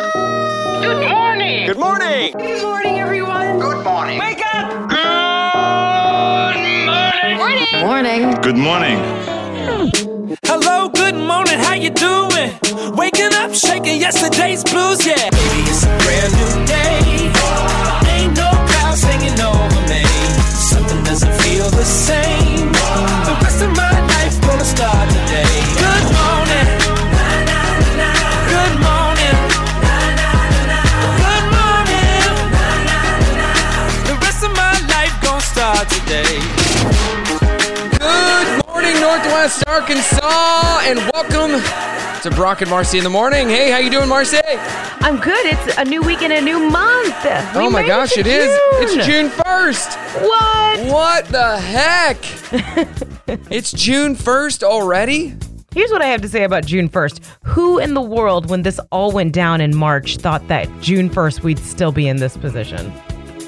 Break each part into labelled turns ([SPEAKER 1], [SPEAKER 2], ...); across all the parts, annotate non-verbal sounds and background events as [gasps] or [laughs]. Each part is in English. [SPEAKER 1] Good morning.
[SPEAKER 2] Good morning.
[SPEAKER 3] Good morning, everyone.
[SPEAKER 1] Good morning.
[SPEAKER 3] Wake up.
[SPEAKER 1] Good morning. Morning.
[SPEAKER 4] Morning.
[SPEAKER 5] Good morning.
[SPEAKER 6] Hello, good morning, how you doing? Waking up, shaking yesterday's blues, yeah. Baby, it's a brand new day. Ain't no clouds hanging over me. Something doesn't feel the same. The rest of my life gonna start today. Good morning. Good morning. Good morning. The rest of my life gonna start today.
[SPEAKER 7] Good morning, Northwest Arkansas, and welcome to Brock and Marcy in the morning. Hey, how you doing, Marcy?
[SPEAKER 4] I'm good. It's a new week and a new month. We
[SPEAKER 7] oh my
[SPEAKER 4] made
[SPEAKER 7] gosh,
[SPEAKER 4] to
[SPEAKER 7] it is. It's June first.
[SPEAKER 4] What?
[SPEAKER 7] What the
[SPEAKER 4] [laughs]
[SPEAKER 7] heck? it's June first already.
[SPEAKER 4] Here's what I have to say about June 1st. Who in the world, when this all went down in March, thought that June 1st we'd still be in this position?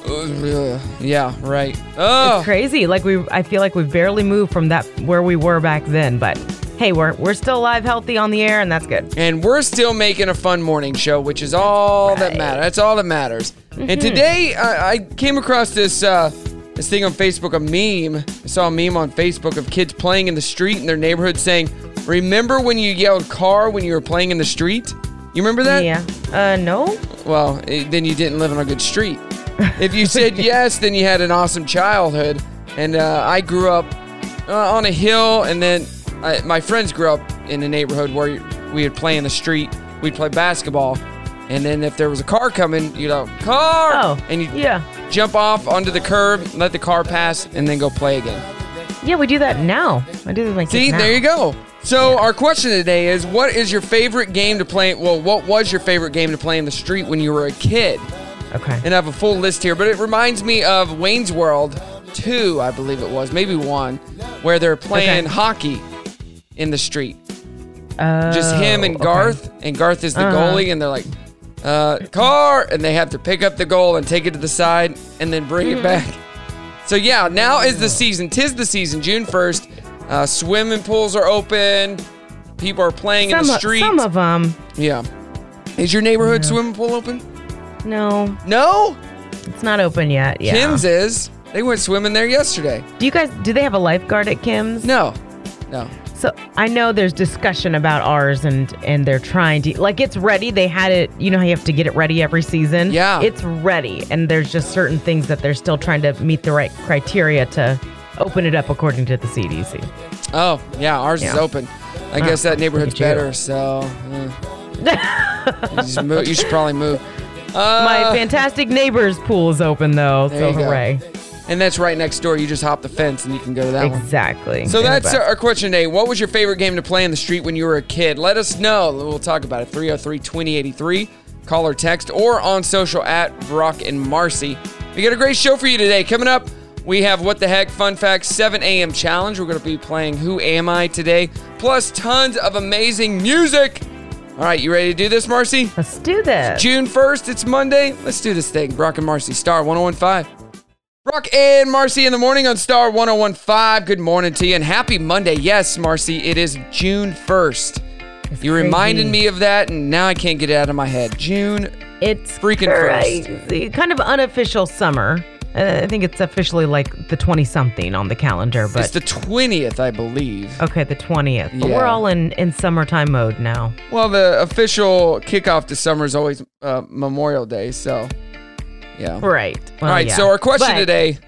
[SPEAKER 7] Uh, yeah, right. Oh,
[SPEAKER 4] Crazy. Like we, I feel like we've barely moved from that where we were back then. But hey, we're we're still alive, healthy on the air, and that's good.
[SPEAKER 7] and we're still making a fun morning show, which is all that matters. That's all that matters. And today, I, I came across this uh, this thing on Facebook, a meme. I saw a meme on Facebook of kids playing in the street in their neighborhood, saying, "Remember when you yelled car when you were playing in the street? You remember that?
[SPEAKER 4] Yeah. Uh, no.
[SPEAKER 7] Well, eh, then you didn't live on a good
[SPEAKER 4] [laughs]
[SPEAKER 7] street. If you said yes, then you had an awesome childhood. And uh, I grew up uh, on a hill, and then I, my friends grew up in a neighborhood where we would play in the street. We'd play basketball, and then if there was a car coming, you'd go car,
[SPEAKER 4] Oh,
[SPEAKER 7] and you
[SPEAKER 4] yeah.
[SPEAKER 7] jump off onto the curb, let the car pass, and then go play again.
[SPEAKER 4] Yeah, we do that now. I do that with my kids
[SPEAKER 7] See,
[SPEAKER 4] now.
[SPEAKER 7] there you go. So our question today is, what is your favorite game to play? Well, what was your favorite game to play in the street when you were a kid?
[SPEAKER 4] Okay.
[SPEAKER 7] and I have a full list here, but it reminds me of Wayne's World 2, I believe it was, maybe 1, where they're playing
[SPEAKER 4] Okay.
[SPEAKER 7] hockey in the street.
[SPEAKER 4] Oh,
[SPEAKER 7] Just him and
[SPEAKER 4] okay. Uh-huh.
[SPEAKER 7] Garth, and Garth is the goalie, and they're like, uh, car, and they have to pick up the goal and take it to the side and then bring
[SPEAKER 4] Mm-hmm.
[SPEAKER 7] it back. So, yeah, now is the season. Tis the season, June 1st. Uh, swimming pools are open. People are playing
[SPEAKER 4] Some
[SPEAKER 7] in the
[SPEAKER 4] of-
[SPEAKER 7] streets.
[SPEAKER 4] some of them.
[SPEAKER 7] yeah. Is your neighborhood swimming pool open?
[SPEAKER 4] No,
[SPEAKER 7] No?
[SPEAKER 4] it's not open yet. Yeah.
[SPEAKER 7] Kim's is. They went swimming there yesterday.
[SPEAKER 4] Do you guys do they have a lifeguard at Kim's?
[SPEAKER 7] No, no.
[SPEAKER 4] So I know there's discussion about ours and and they're trying to like it's ready. They had it, you know how you have to get it ready every season.
[SPEAKER 7] Yeah.
[SPEAKER 4] It's ready and there's just certain things that they're still trying to meet the right criteria to open it up according to the CDC.
[SPEAKER 7] Oh, yeah, ours is
[SPEAKER 4] Yeah.
[SPEAKER 7] open. I guess that neighborhood's
[SPEAKER 4] look at you.
[SPEAKER 7] better, so yeah. you, just mo- you should probably move.
[SPEAKER 4] My fantastic neighbor's pool is open though,
[SPEAKER 7] Uh, There
[SPEAKER 4] so
[SPEAKER 7] you go.
[SPEAKER 4] hooray.
[SPEAKER 7] And that's right next door. You just hop the fence and you can go to that one.
[SPEAKER 4] Exactly.
[SPEAKER 7] So
[SPEAKER 4] Yeah,
[SPEAKER 7] that's
[SPEAKER 4] but-
[SPEAKER 7] our question today. What was your favorite game to play in the street when you were a kid? Let us know. We'll talk about it. 303 2083. Call or text or on social at Brock and Marcy. We got a great show for you today. Coming up, we have What the Heck Fun Facts 7 a.m. Challenge. We're going to be playing Who Am I today, plus tons of amazing music. All right, you ready to do this, Marcy?
[SPEAKER 4] let's do this.
[SPEAKER 7] June 1st, it's Monday. Let's do this thing. Brock and Marcy, Star 1015. Brock and Marcy in the morning on Star 1015. Good morning to you and happy Monday. Yes, Marcy, it is June 1st. you
[SPEAKER 4] crazy.
[SPEAKER 7] reminded me of that, and now I can't get it out of my head. June.
[SPEAKER 4] It's
[SPEAKER 7] Freaking first.
[SPEAKER 4] crazy. Kind of unofficial summer. Uh, I think it's officially like the 20 something on the calendar, but
[SPEAKER 7] it's the 20th, I believe.
[SPEAKER 4] okay, the 20th. But we're
[SPEAKER 7] Yeah.
[SPEAKER 4] all in in summertime mode now.
[SPEAKER 7] Well, the official kickoff to summer is always uh, Memorial Day, so yeah.
[SPEAKER 4] Right.
[SPEAKER 7] All right, so our question today,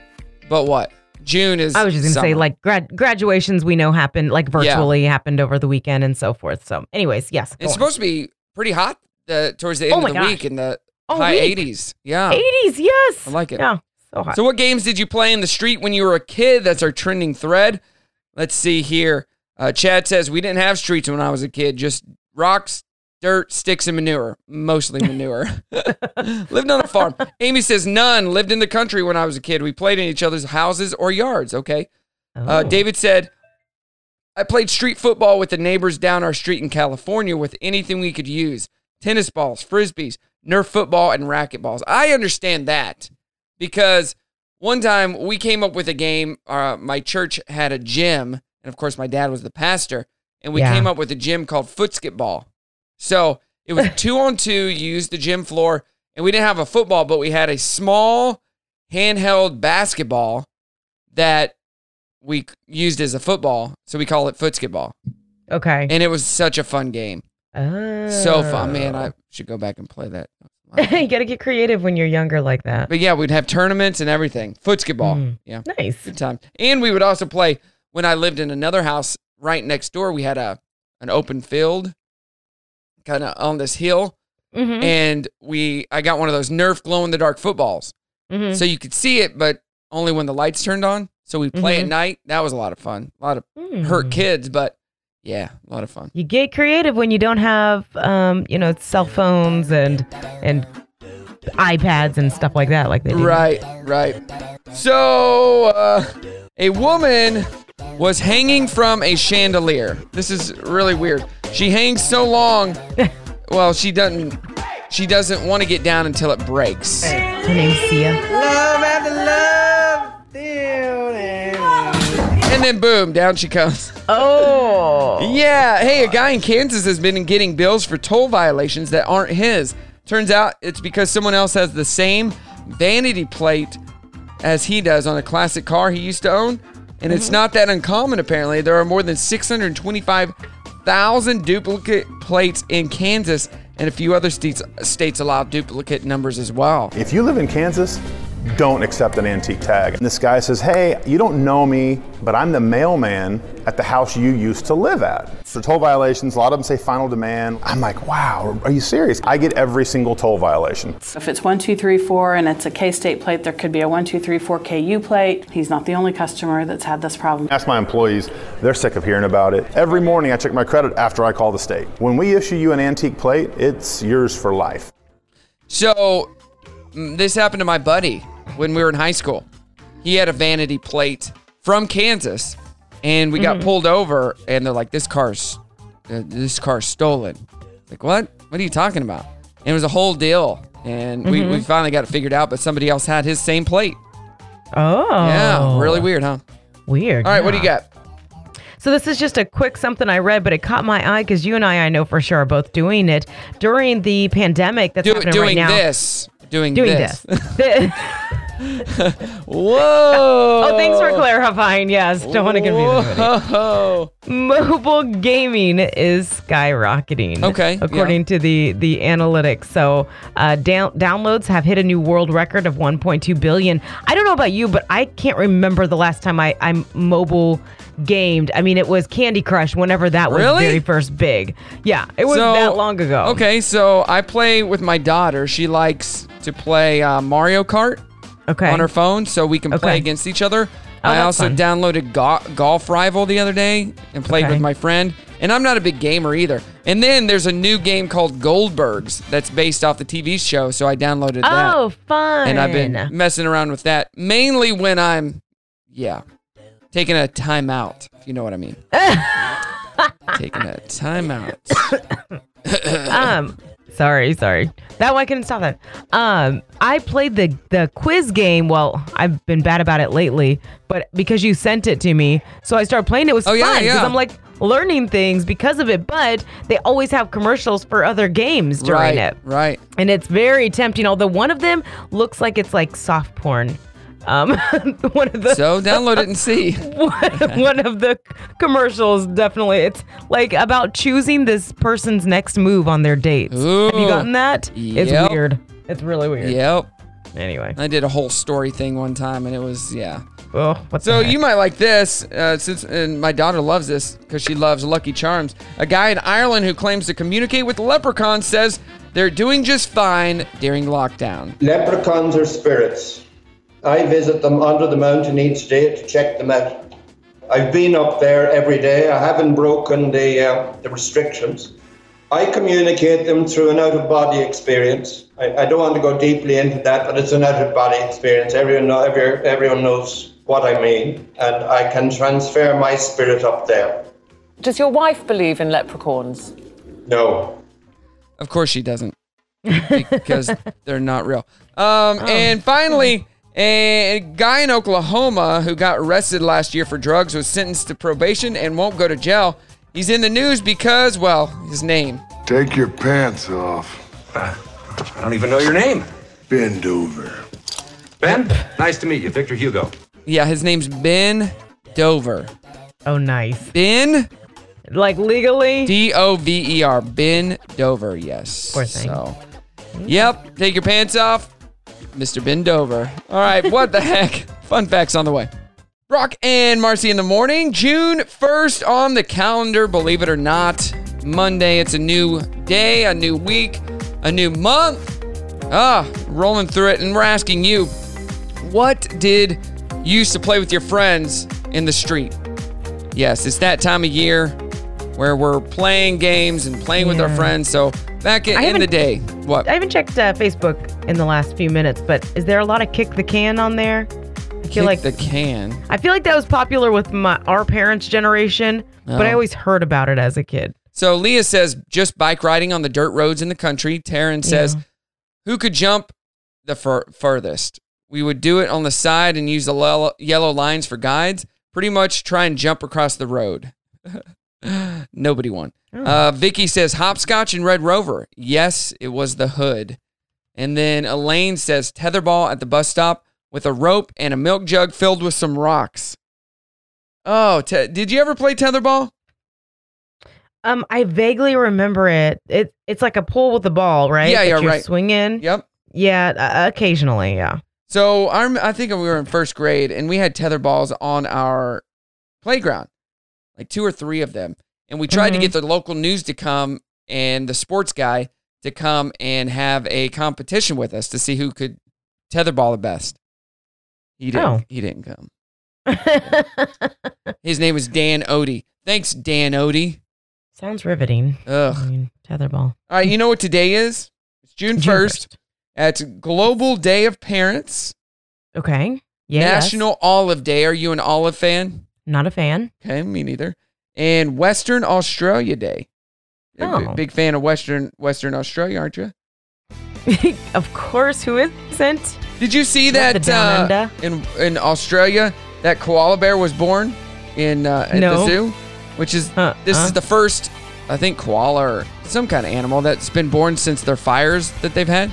[SPEAKER 7] but what? June is.
[SPEAKER 4] I was just going to say
[SPEAKER 7] summer.
[SPEAKER 4] like grad- graduations we know happened like virtually happened over the weekend and so forth. So anyways, yes. go
[SPEAKER 7] It's
[SPEAKER 4] on.
[SPEAKER 7] supposed to be pretty hot uh, towards the end
[SPEAKER 4] Oh
[SPEAKER 7] of
[SPEAKER 4] my
[SPEAKER 7] the
[SPEAKER 4] gosh. Oh,
[SPEAKER 7] week in the
[SPEAKER 4] All
[SPEAKER 7] high
[SPEAKER 4] week.
[SPEAKER 7] 80s. Yeah.
[SPEAKER 4] 80s, yes.
[SPEAKER 7] I like it.
[SPEAKER 4] Yeah. So hot.
[SPEAKER 7] So, what games did you play in the street when you were a kid? That's our trending thread. Let's see here. Uh, Chad says we didn't have streets when I was a kid, just rocks, dirt, sticks, and manure. Mostly
[SPEAKER 4] [laughs]
[SPEAKER 7] manure. [laughs] lived on a farm. Amy says none. Lived in the country when I was a kid. We played in each other's houses or yards. Okay. Uh,
[SPEAKER 4] Oh.
[SPEAKER 7] David said, I played street football with the neighbors down our street in California with anything we could use tennis balls, frisbees, Nerf football, and racquetballs. I understand that because one time we came up with a game. Uh, my church had a gym, and of course, my dad was the pastor, and we
[SPEAKER 4] Yeah.
[SPEAKER 7] came up with a gym called Footskip Ball. So It
[SPEAKER 4] [laughs]
[SPEAKER 7] was two on two. You used the gym floor, and we didn't have a football, but we had a small handheld basketball that we c- used as a football. So we call it footsketball,
[SPEAKER 4] Okay.
[SPEAKER 7] and it was such a fun game.
[SPEAKER 4] oh.
[SPEAKER 7] So fun, man! I should go back and play that.
[SPEAKER 4] [laughs] you got to get creative when you're younger like that.
[SPEAKER 7] But yeah, we'd have tournaments and everything. Footsketball,
[SPEAKER 4] Mm.
[SPEAKER 7] yeah.
[SPEAKER 4] Nice.
[SPEAKER 7] good time. And we would also play when I lived in another house right next door. We had a an open field, kind of on this hill,
[SPEAKER 4] Mm-hmm.
[SPEAKER 7] and we I got one of those Nerf glow in the dark footballs,
[SPEAKER 4] hmm
[SPEAKER 7] so you could see it, but only when the lights turned on. So we play
[SPEAKER 4] Mhm.
[SPEAKER 7] at night. That was a lot of fun. A lot of hurt kids, but yeah, a lot of fun.
[SPEAKER 4] Mm-hmm. Mm. You get creative when you don't have, um, you know, cell phones and and iPads and stuff like that, like they do.
[SPEAKER 7] Right, right. So, uh, a woman was hanging from a chandelier. This is really weird. She hangs so long. well, she doesn't. She doesn't want to get down until it breaks.
[SPEAKER 4] Her name's Sia.
[SPEAKER 7] And then boom, down she comes.
[SPEAKER 4] Oh.
[SPEAKER 7] Yeah. Hey, a guy in Kansas has been getting bills for toll violations that aren't his. Turns out it's because someone else has the same vanity plate as he does on a classic car he used to own. And it's not that uncommon, apparently. There are more than 625,000 duplicate plates in Kansas, and a few other states, states allow duplicate numbers as well.
[SPEAKER 2] If you live in Kansas, don't accept an antique tag. And this guy says, Hey, you don't know me, but I'm the mailman at the house you used to live at. So, toll violations, a lot of them say final demand. I'm like, Wow, are you serious? I get every single toll violation.
[SPEAKER 3] If it's 1234 and it's a K State plate, there could be a 1234 KU plate. He's not the only customer that's had this problem.
[SPEAKER 2] Ask my employees, they're sick of hearing about it. Every morning I check my credit after I call the state. When we issue you an antique plate, it's yours for life.
[SPEAKER 7] So mm, this happened to my buddy when we were in high school. He had a vanity plate from Kansas, and we
[SPEAKER 4] Mm-hmm.
[SPEAKER 7] got pulled over, and they're like, "This car's, uh, this car's stolen." Like, what? What are you talking about? And it was a whole deal, and we,
[SPEAKER 4] Mm-hmm.
[SPEAKER 7] we finally got it figured out. But somebody else had his same plate.
[SPEAKER 4] Oh.
[SPEAKER 7] Yeah, really weird, huh?
[SPEAKER 4] Weird.
[SPEAKER 7] All right, what do you got?
[SPEAKER 4] So this is just a quick something I read, but it caught my eye because you and I, I know for sure, are both doing it during the pandemic that's
[SPEAKER 7] Do,
[SPEAKER 4] happening
[SPEAKER 7] doing
[SPEAKER 4] right now.
[SPEAKER 7] this, doing,
[SPEAKER 4] Doing
[SPEAKER 7] this.
[SPEAKER 4] this. [laughs] Th-
[SPEAKER 7] [laughs] Whoa!
[SPEAKER 4] [laughs] oh, thanks
[SPEAKER 7] [laughs]
[SPEAKER 4] for clarifying. Yes, don't want to confuse anybody.
[SPEAKER 7] Whoa!
[SPEAKER 4] mobile gaming is skyrocketing.
[SPEAKER 7] Okay,
[SPEAKER 4] According to the the analytics, so uh, down, downloads have hit a new world record of 1.2 billion. I don't know about you, but I can't remember the last time I I mobile gamed. I mean, it was Candy Crush whenever that was
[SPEAKER 7] Really?
[SPEAKER 4] very first big. Yeah, it was
[SPEAKER 7] So-
[SPEAKER 4] that long ago.
[SPEAKER 7] Okay, so I play with my daughter. She likes to play uh, Mario Kart
[SPEAKER 4] Okay.
[SPEAKER 7] on her phone, so we can play
[SPEAKER 4] Okay.
[SPEAKER 7] against each other.
[SPEAKER 4] Oh,
[SPEAKER 7] I
[SPEAKER 4] that's
[SPEAKER 7] also
[SPEAKER 4] fun.
[SPEAKER 7] downloaded go- Golf Rival the other day and played
[SPEAKER 4] Okay.
[SPEAKER 7] with my friend. And I'm not a big gamer either. And then there's a new game called Goldbergs that's based off the TV show, so I downloaded that.
[SPEAKER 4] Oh, fun.
[SPEAKER 7] And I've been messing around with that mainly when I'm, yeah, taking a timeout, if you know what I mean.
[SPEAKER 4] [laughs]
[SPEAKER 7] taking a timeout.
[SPEAKER 4] um sorry sorry that one I couldn't stop that um i played the the quiz game well i've been bad about it lately but because you sent it to me so i started playing it was
[SPEAKER 7] Oh,
[SPEAKER 4] fun
[SPEAKER 7] yeah, yeah.
[SPEAKER 4] i'm like learning things because of it but they always have commercials for other games during
[SPEAKER 7] right,
[SPEAKER 4] it
[SPEAKER 7] right.
[SPEAKER 4] and it's very tempting although one of them looks like it's like soft porn um [laughs] one of the
[SPEAKER 7] So download it and see.
[SPEAKER 4] one, [laughs] one of the commercials definitely it's like about choosing this person's next move on their dates have
[SPEAKER 7] Ooh.
[SPEAKER 4] you gotten that
[SPEAKER 7] Yep.
[SPEAKER 4] it's weird it's really weird
[SPEAKER 7] Yep.
[SPEAKER 4] anyway
[SPEAKER 7] I did a whole story thing one time, and it was yeah.
[SPEAKER 4] oh what
[SPEAKER 7] So
[SPEAKER 4] the heck?
[SPEAKER 7] you might like this, uh, since and my daughter loves this because she loves Lucky Charms. A guy in Ireland who claims to communicate with leprechauns says they're doing just fine during lockdown.
[SPEAKER 5] Leprechauns are spirits. I visit them under the mountain each day to check them out. I've been up there every day. I haven't broken the, uh, the restrictions. I communicate them through an out of body experience. I, I don't want to go deeply into that, but it's an out of body experience. Everyone, know, every, everyone knows what I mean, and I can transfer my spirit up there.
[SPEAKER 8] Does your wife believe in leprechauns?
[SPEAKER 5] No.
[SPEAKER 7] Of course she doesn't because they're not real. Um, And finally, a guy in Oklahoma who got arrested last year for drugs was sentenced to probation and won't go to jail. He's in the news because, well, his name
[SPEAKER 9] Take your pants off.
[SPEAKER 10] I don't even know your name.
[SPEAKER 9] Bend over.
[SPEAKER 10] Ben, nice to meet you. Victor Hugo.
[SPEAKER 7] Yeah, his name's Ben Dover.
[SPEAKER 4] Oh, nice.
[SPEAKER 7] Ben
[SPEAKER 4] Like legally?
[SPEAKER 7] D O V E R. Ben Dover. Yes.
[SPEAKER 4] Poor thing.
[SPEAKER 7] So, yep. Take your pants off, Mr. Ben Dover. All right. What the [laughs] heck? Fun facts on the way. Brock and Marcy in the morning, June 1st on the calendar. Believe it or not, Monday. It's a new day, a new week, a new month. Ah, rolling through it. And we're asking you, what did you used to play with your friends in the street? Yes, it's that time of year where we're playing games and playing with our
[SPEAKER 4] Yeah.
[SPEAKER 7] friends. So back in,
[SPEAKER 4] I
[SPEAKER 7] in the
[SPEAKER 4] haven't-
[SPEAKER 7] day, what?
[SPEAKER 4] I haven't checked uh, Facebook in the last few minutes, but is there a lot of kick the can on there? I feel like
[SPEAKER 7] the can.
[SPEAKER 4] I feel like that was popular with my our parents' generation, but I
[SPEAKER 7] Oh.
[SPEAKER 4] always heard about it as a kid.
[SPEAKER 7] So Leah says just bike riding on the dirt roads in the country. Taryn says, who could jump the fur- furthest? We would do it on the side and use the lel- yellow lines for guides. Pretty much try and jump across the road. [laughs] Nobody won. Uh, Vicky says hopscotch and Red Rover. Yes, it was the hood. And then Elaine says tetherball at the bus stop with a rope and a milk jug filled with some rocks. Oh, te- did you ever play tetherball?
[SPEAKER 4] Um, I vaguely remember it. It it's like a pull with the ball, right?
[SPEAKER 7] Yeah,
[SPEAKER 4] That
[SPEAKER 7] yeah,
[SPEAKER 4] you're
[SPEAKER 7] right.
[SPEAKER 4] Swinging.
[SPEAKER 7] Yep.
[SPEAKER 4] Yeah, uh, occasionally. Yeah. [laughs]
[SPEAKER 7] So I, rem- I think we were in first grade and we had tether balls on our playground, like two or three of them. And we tried
[SPEAKER 4] Mhm.
[SPEAKER 7] to get the local news to come and the sports guy to come and have a competition with us to see who could tetherball the best. He didn't.
[SPEAKER 4] Oh.
[SPEAKER 7] He didn't come. His name was Dan Odie. Thanks, Dan Odie.
[SPEAKER 4] Sounds riveting. I
[SPEAKER 7] Ugh.
[SPEAKER 4] mean, tetherball.
[SPEAKER 7] All right, you know what today is? It's June [laughs]
[SPEAKER 4] June
[SPEAKER 7] first. That's Global Day of Parents.
[SPEAKER 4] Okay. Yeah. yes.
[SPEAKER 7] National Olive Day. Are you an olive fan?
[SPEAKER 4] Not a fan. [laughs]
[SPEAKER 7] Okay, me neither. And Western Australia Day. You're a b-
[SPEAKER 4] Oh.
[SPEAKER 7] Big fan of Western Western Australia, aren't you?
[SPEAKER 4] of course, who isn't?
[SPEAKER 7] Did you see
[SPEAKER 4] Not the
[SPEAKER 7] that
[SPEAKER 4] down
[SPEAKER 7] uh, in in Australia that koala bear was born in uh, at the
[SPEAKER 4] No.
[SPEAKER 7] zoo, which is
[SPEAKER 4] Uh,
[SPEAKER 7] this
[SPEAKER 4] uh.
[SPEAKER 7] is the first I think koala or some kind of animal that's been born since their fires that they've had.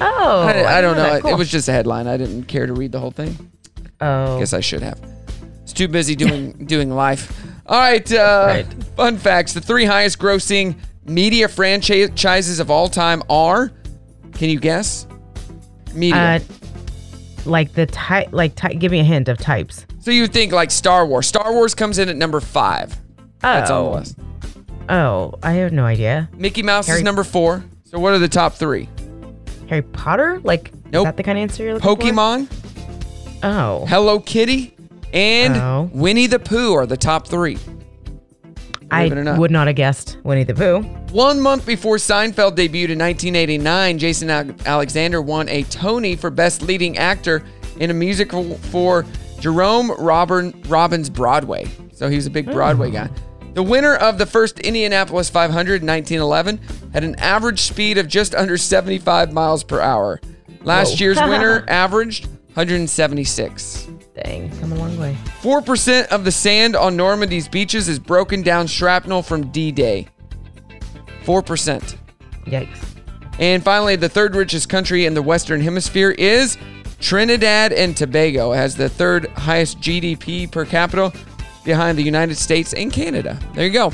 [SPEAKER 4] Oh,
[SPEAKER 7] I, di- I don't know.
[SPEAKER 4] that.
[SPEAKER 7] It- It
[SPEAKER 4] Cool.
[SPEAKER 7] was just a headline. I didn't care to read the whole thing.
[SPEAKER 4] Oh,
[SPEAKER 7] Guess I should have. It's too busy
[SPEAKER 4] [laughs]
[SPEAKER 7] doing doing life. All right, uh,
[SPEAKER 4] Right.
[SPEAKER 7] Fun facts: the three highest grossing media franchises of all time are. Can you guess? Media.
[SPEAKER 4] uh, like the type. Like ty- give me a hint of types.
[SPEAKER 7] so you think like Star Wars? Star Wars comes in at number five. That's on the
[SPEAKER 4] Oh.
[SPEAKER 7] list.
[SPEAKER 4] Oh, I have no idea.
[SPEAKER 7] Mickey Mouse is
[SPEAKER 4] Harry-
[SPEAKER 7] number four. So what are the top three?
[SPEAKER 4] Harry Potter? Like
[SPEAKER 7] Nope.
[SPEAKER 4] is that the kind of answer you're looking
[SPEAKER 7] Pokemon,
[SPEAKER 4] for? Oh,
[SPEAKER 7] Hello Kitty, and
[SPEAKER 4] Oh.
[SPEAKER 7] Winnie the Pooh are the top three.
[SPEAKER 4] I
[SPEAKER 7] believe it or not.
[SPEAKER 4] would not have guessed Winnie the Pooh.
[SPEAKER 7] One month before Seinfeld debuted in 1989, Jason Al- Alexander won a Tony for Best Leading Actor in a musical for Jerome Robin, Robbins Broadway. So he was a big Broadway guy. The winner of the first Indianapolis 500 in 1911 had an average speed of just under 75 miles per hour. Last year's winner averaged 176.
[SPEAKER 4] Dang, come a long way.
[SPEAKER 7] 4% of the sand on Normandy's beaches is broken down shrapnel from D Day. 4%.
[SPEAKER 4] Yikes.
[SPEAKER 7] And finally, the third richest country in the Western Hemisphere is Trinidad and Tobago. It has the third highest GDP per capita behind the United States and Canada. There you go.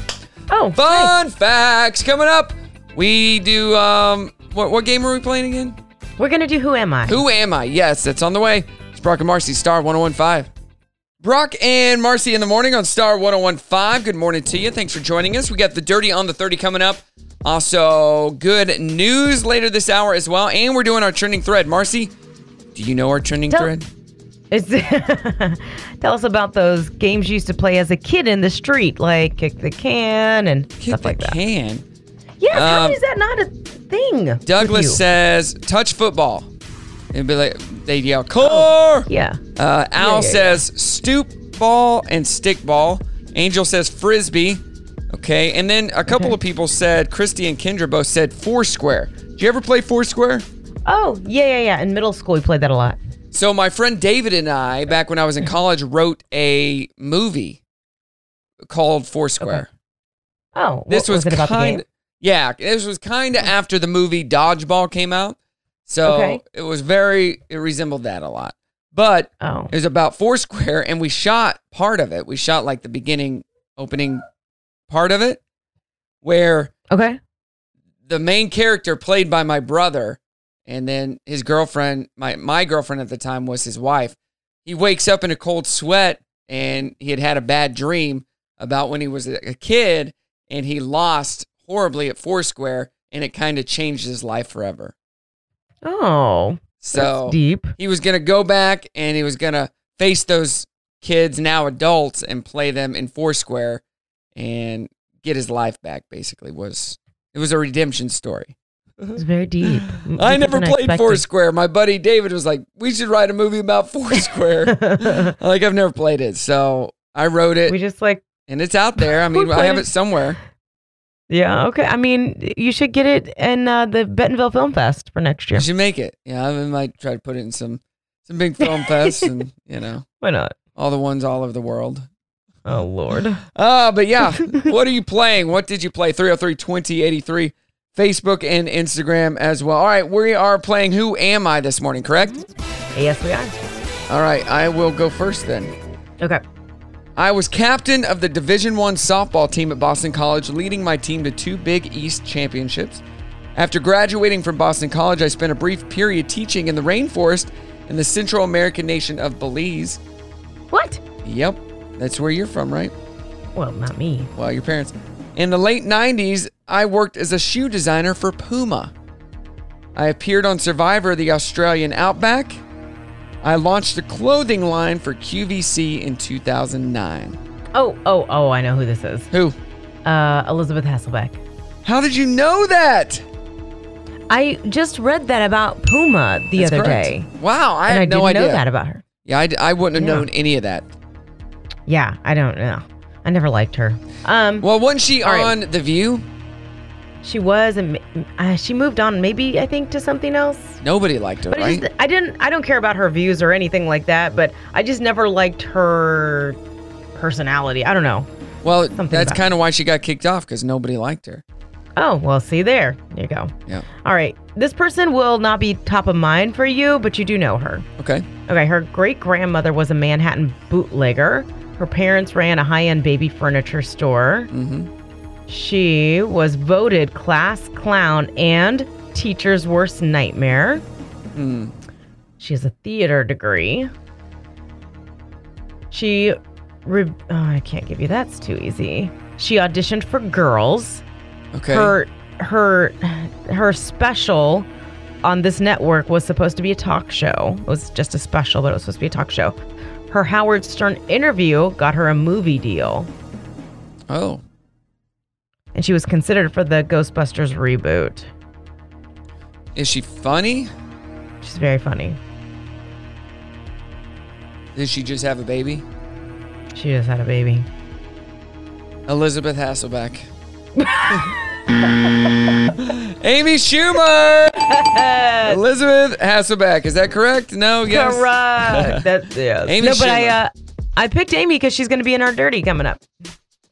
[SPEAKER 4] Oh,
[SPEAKER 7] Fun facts coming up. We do um what what game are we playing again?
[SPEAKER 4] nice. we're gonna do Who Am I?
[SPEAKER 7] Who am I? Yes, that's on the way. It's Brock and Marcy, Star 1015. Brock and Marcy in the morning on Star 1015. Good morning to you. Thanks for joining us. We got the Dirty on the 30 coming up. Also, good news later this hour as well. And we're doing our trending thread. Marcy, do you know our trending
[SPEAKER 4] Tell-
[SPEAKER 7] thread?
[SPEAKER 4] It's- [laughs] Tell us about those games you used to play as a kid in the street, like kick the can and stuff like that.
[SPEAKER 7] Can.
[SPEAKER 4] Yes, how
[SPEAKER 7] Um,
[SPEAKER 4] is that not a thing? with you?
[SPEAKER 7] Douglas says, touch football. And be like, they yell, core.
[SPEAKER 4] Yeah.
[SPEAKER 7] Uh, Al
[SPEAKER 4] Yeah, yeah,
[SPEAKER 7] says stoop ball and stick ball. Angel says frisbee. Okay, and then a
[SPEAKER 4] Mm-hmm.
[SPEAKER 7] couple of people said Christy and Kendra both said foursquare. Did you ever play foursquare?
[SPEAKER 4] Oh, yeah, yeah, yeah. In middle school, we played that a lot.
[SPEAKER 7] So my friend David and I, back when I was
[SPEAKER 4] Mm-hmm.
[SPEAKER 7] in college, wrote a movie called Foursquare.
[SPEAKER 4] Oh,
[SPEAKER 7] This
[SPEAKER 4] what
[SPEAKER 7] was,
[SPEAKER 4] it about the
[SPEAKER 7] kind.
[SPEAKER 4] game?
[SPEAKER 7] Yeah, this was kind of after the movie Dodgeball came out. So
[SPEAKER 4] Okay.
[SPEAKER 7] it was very, it resembled that a lot. But
[SPEAKER 4] Oh.
[SPEAKER 7] it was about Foursquare, and we shot part of it. We shot like the beginning, opening part of it, where
[SPEAKER 4] Okay.
[SPEAKER 7] the main character played by my brother and then his girlfriend my my girlfriend at the time was his wife he wakes up in a cold sweat and he had had a bad dream about when he was a a kid and he lost horribly at foursquare and it kind of changed his life forever
[SPEAKER 4] Oh.
[SPEAKER 7] so
[SPEAKER 4] that's deep.
[SPEAKER 7] he was gonna go back and he was gonna face those kids now adults and play them in foursquare and get his life back basically was it was a redemption story
[SPEAKER 4] It's very deep.
[SPEAKER 7] Mm-hmm. I
[SPEAKER 4] Deeper
[SPEAKER 7] never
[SPEAKER 4] than
[SPEAKER 7] played
[SPEAKER 4] expected. [laughs]
[SPEAKER 7] Foursquare. My buddy David was like, "We should write a movie about Foursquare." I'm like I've never played it, so I wrote it,
[SPEAKER 4] we just like
[SPEAKER 7] and it's out there. I mean, I
[SPEAKER 4] played
[SPEAKER 7] have
[SPEAKER 4] it.
[SPEAKER 7] it somewhere.
[SPEAKER 4] yeah okay. I mean you should get it in uh, the Bentonville Film Fest for next year.
[SPEAKER 7] I should make it. Yeah, I might try to put it in some some
[SPEAKER 4] [laughs]
[SPEAKER 7] big film fests, and you know,
[SPEAKER 4] Why not?
[SPEAKER 7] all the ones all over the world.
[SPEAKER 4] Oh Lord.
[SPEAKER 7] Uh, but yeah, what are you playing? What did you play? 303 2083, Facebook and Instagram as well. All right, we are playing Who Am I this morning, correct?
[SPEAKER 4] [gasps] yes we are.
[SPEAKER 7] All right, I will go first then.
[SPEAKER 4] Okay.
[SPEAKER 7] I was captain of the Division One softball team at Boston College, leading my team to two Big East championships. After graduating from Boston College, I spent a brief period teaching in the rainforest in the Central American nation of Belize.
[SPEAKER 4] What?
[SPEAKER 7] Yep, that's where you're from, right?
[SPEAKER 4] Well, not me.
[SPEAKER 7] Well, your parents. In the late 90s, I worked as a shoe designer for Puma. I appeared on Survivor the Australian Outback. I launched a clothing line for QVC in 2009.
[SPEAKER 4] Oh oh oh! I know who this is.
[SPEAKER 7] Who?
[SPEAKER 4] Uh, Elizabeth Hasselbeck.
[SPEAKER 7] How did you know that?
[SPEAKER 4] I just read that about Puma the
[SPEAKER 7] That's
[SPEAKER 4] other
[SPEAKER 7] correct.
[SPEAKER 4] day,
[SPEAKER 7] Wow, I
[SPEAKER 4] and
[SPEAKER 7] had
[SPEAKER 4] I
[SPEAKER 7] no
[SPEAKER 4] didn't
[SPEAKER 7] idea.
[SPEAKER 4] know that about her.
[SPEAKER 7] yeah, I, d- I wouldn't have
[SPEAKER 4] Yeah.
[SPEAKER 7] known any of that.
[SPEAKER 4] Yeah, I don't know. I never liked her. Um,
[SPEAKER 7] Well, wasn't she
[SPEAKER 4] All right.
[SPEAKER 7] on The View?
[SPEAKER 4] she was, and ma- uh, she moved on. Maybe I think to something else.
[SPEAKER 7] Nobody liked her,
[SPEAKER 4] But
[SPEAKER 7] right?
[SPEAKER 4] it's just, I didn't. I don't care about her views or anything like that. But I just never liked her personality. I don't know.
[SPEAKER 7] well, that's
[SPEAKER 4] about-
[SPEAKER 7] kind of why she got kicked off because nobody liked her.
[SPEAKER 4] Oh well, see there. There you go.
[SPEAKER 7] Yeah.
[SPEAKER 4] All right. This person will not be top of mind for you, but you do know her.
[SPEAKER 7] Okay.
[SPEAKER 4] Okay, her great grandmother was a Manhattan bootlegger. Her parents ran a high end baby furniture store.
[SPEAKER 7] Mm-hmm.
[SPEAKER 4] She was voted class clown and teacher's worst nightmare.
[SPEAKER 7] Mm.
[SPEAKER 4] She has a theater degree. She. Re- oh, I can't give you that's too easy. She auditioned for girls.
[SPEAKER 7] Okay.
[SPEAKER 4] Her her her special on this network was supposed to be a talk show. It was just a special, but it was supposed to be a talk show. Her Howard Stern interview got her a movie deal,
[SPEAKER 7] oh.
[SPEAKER 4] and she was considered for the Ghostbusters reboot.
[SPEAKER 7] Is she funny?
[SPEAKER 4] She's very funny.
[SPEAKER 7] Did she just have a baby?
[SPEAKER 4] She just had a baby.
[SPEAKER 7] Elizabeth Hasselbeck. Amy Schumer. Elizabeth Hasselbeck. Is that correct? No. Yes.
[SPEAKER 4] Correct. That's yeah.
[SPEAKER 7] [laughs] Amy
[SPEAKER 4] no, but I
[SPEAKER 7] Schumer.
[SPEAKER 4] uh, I picked Amy because she's going to be in our dirty coming up.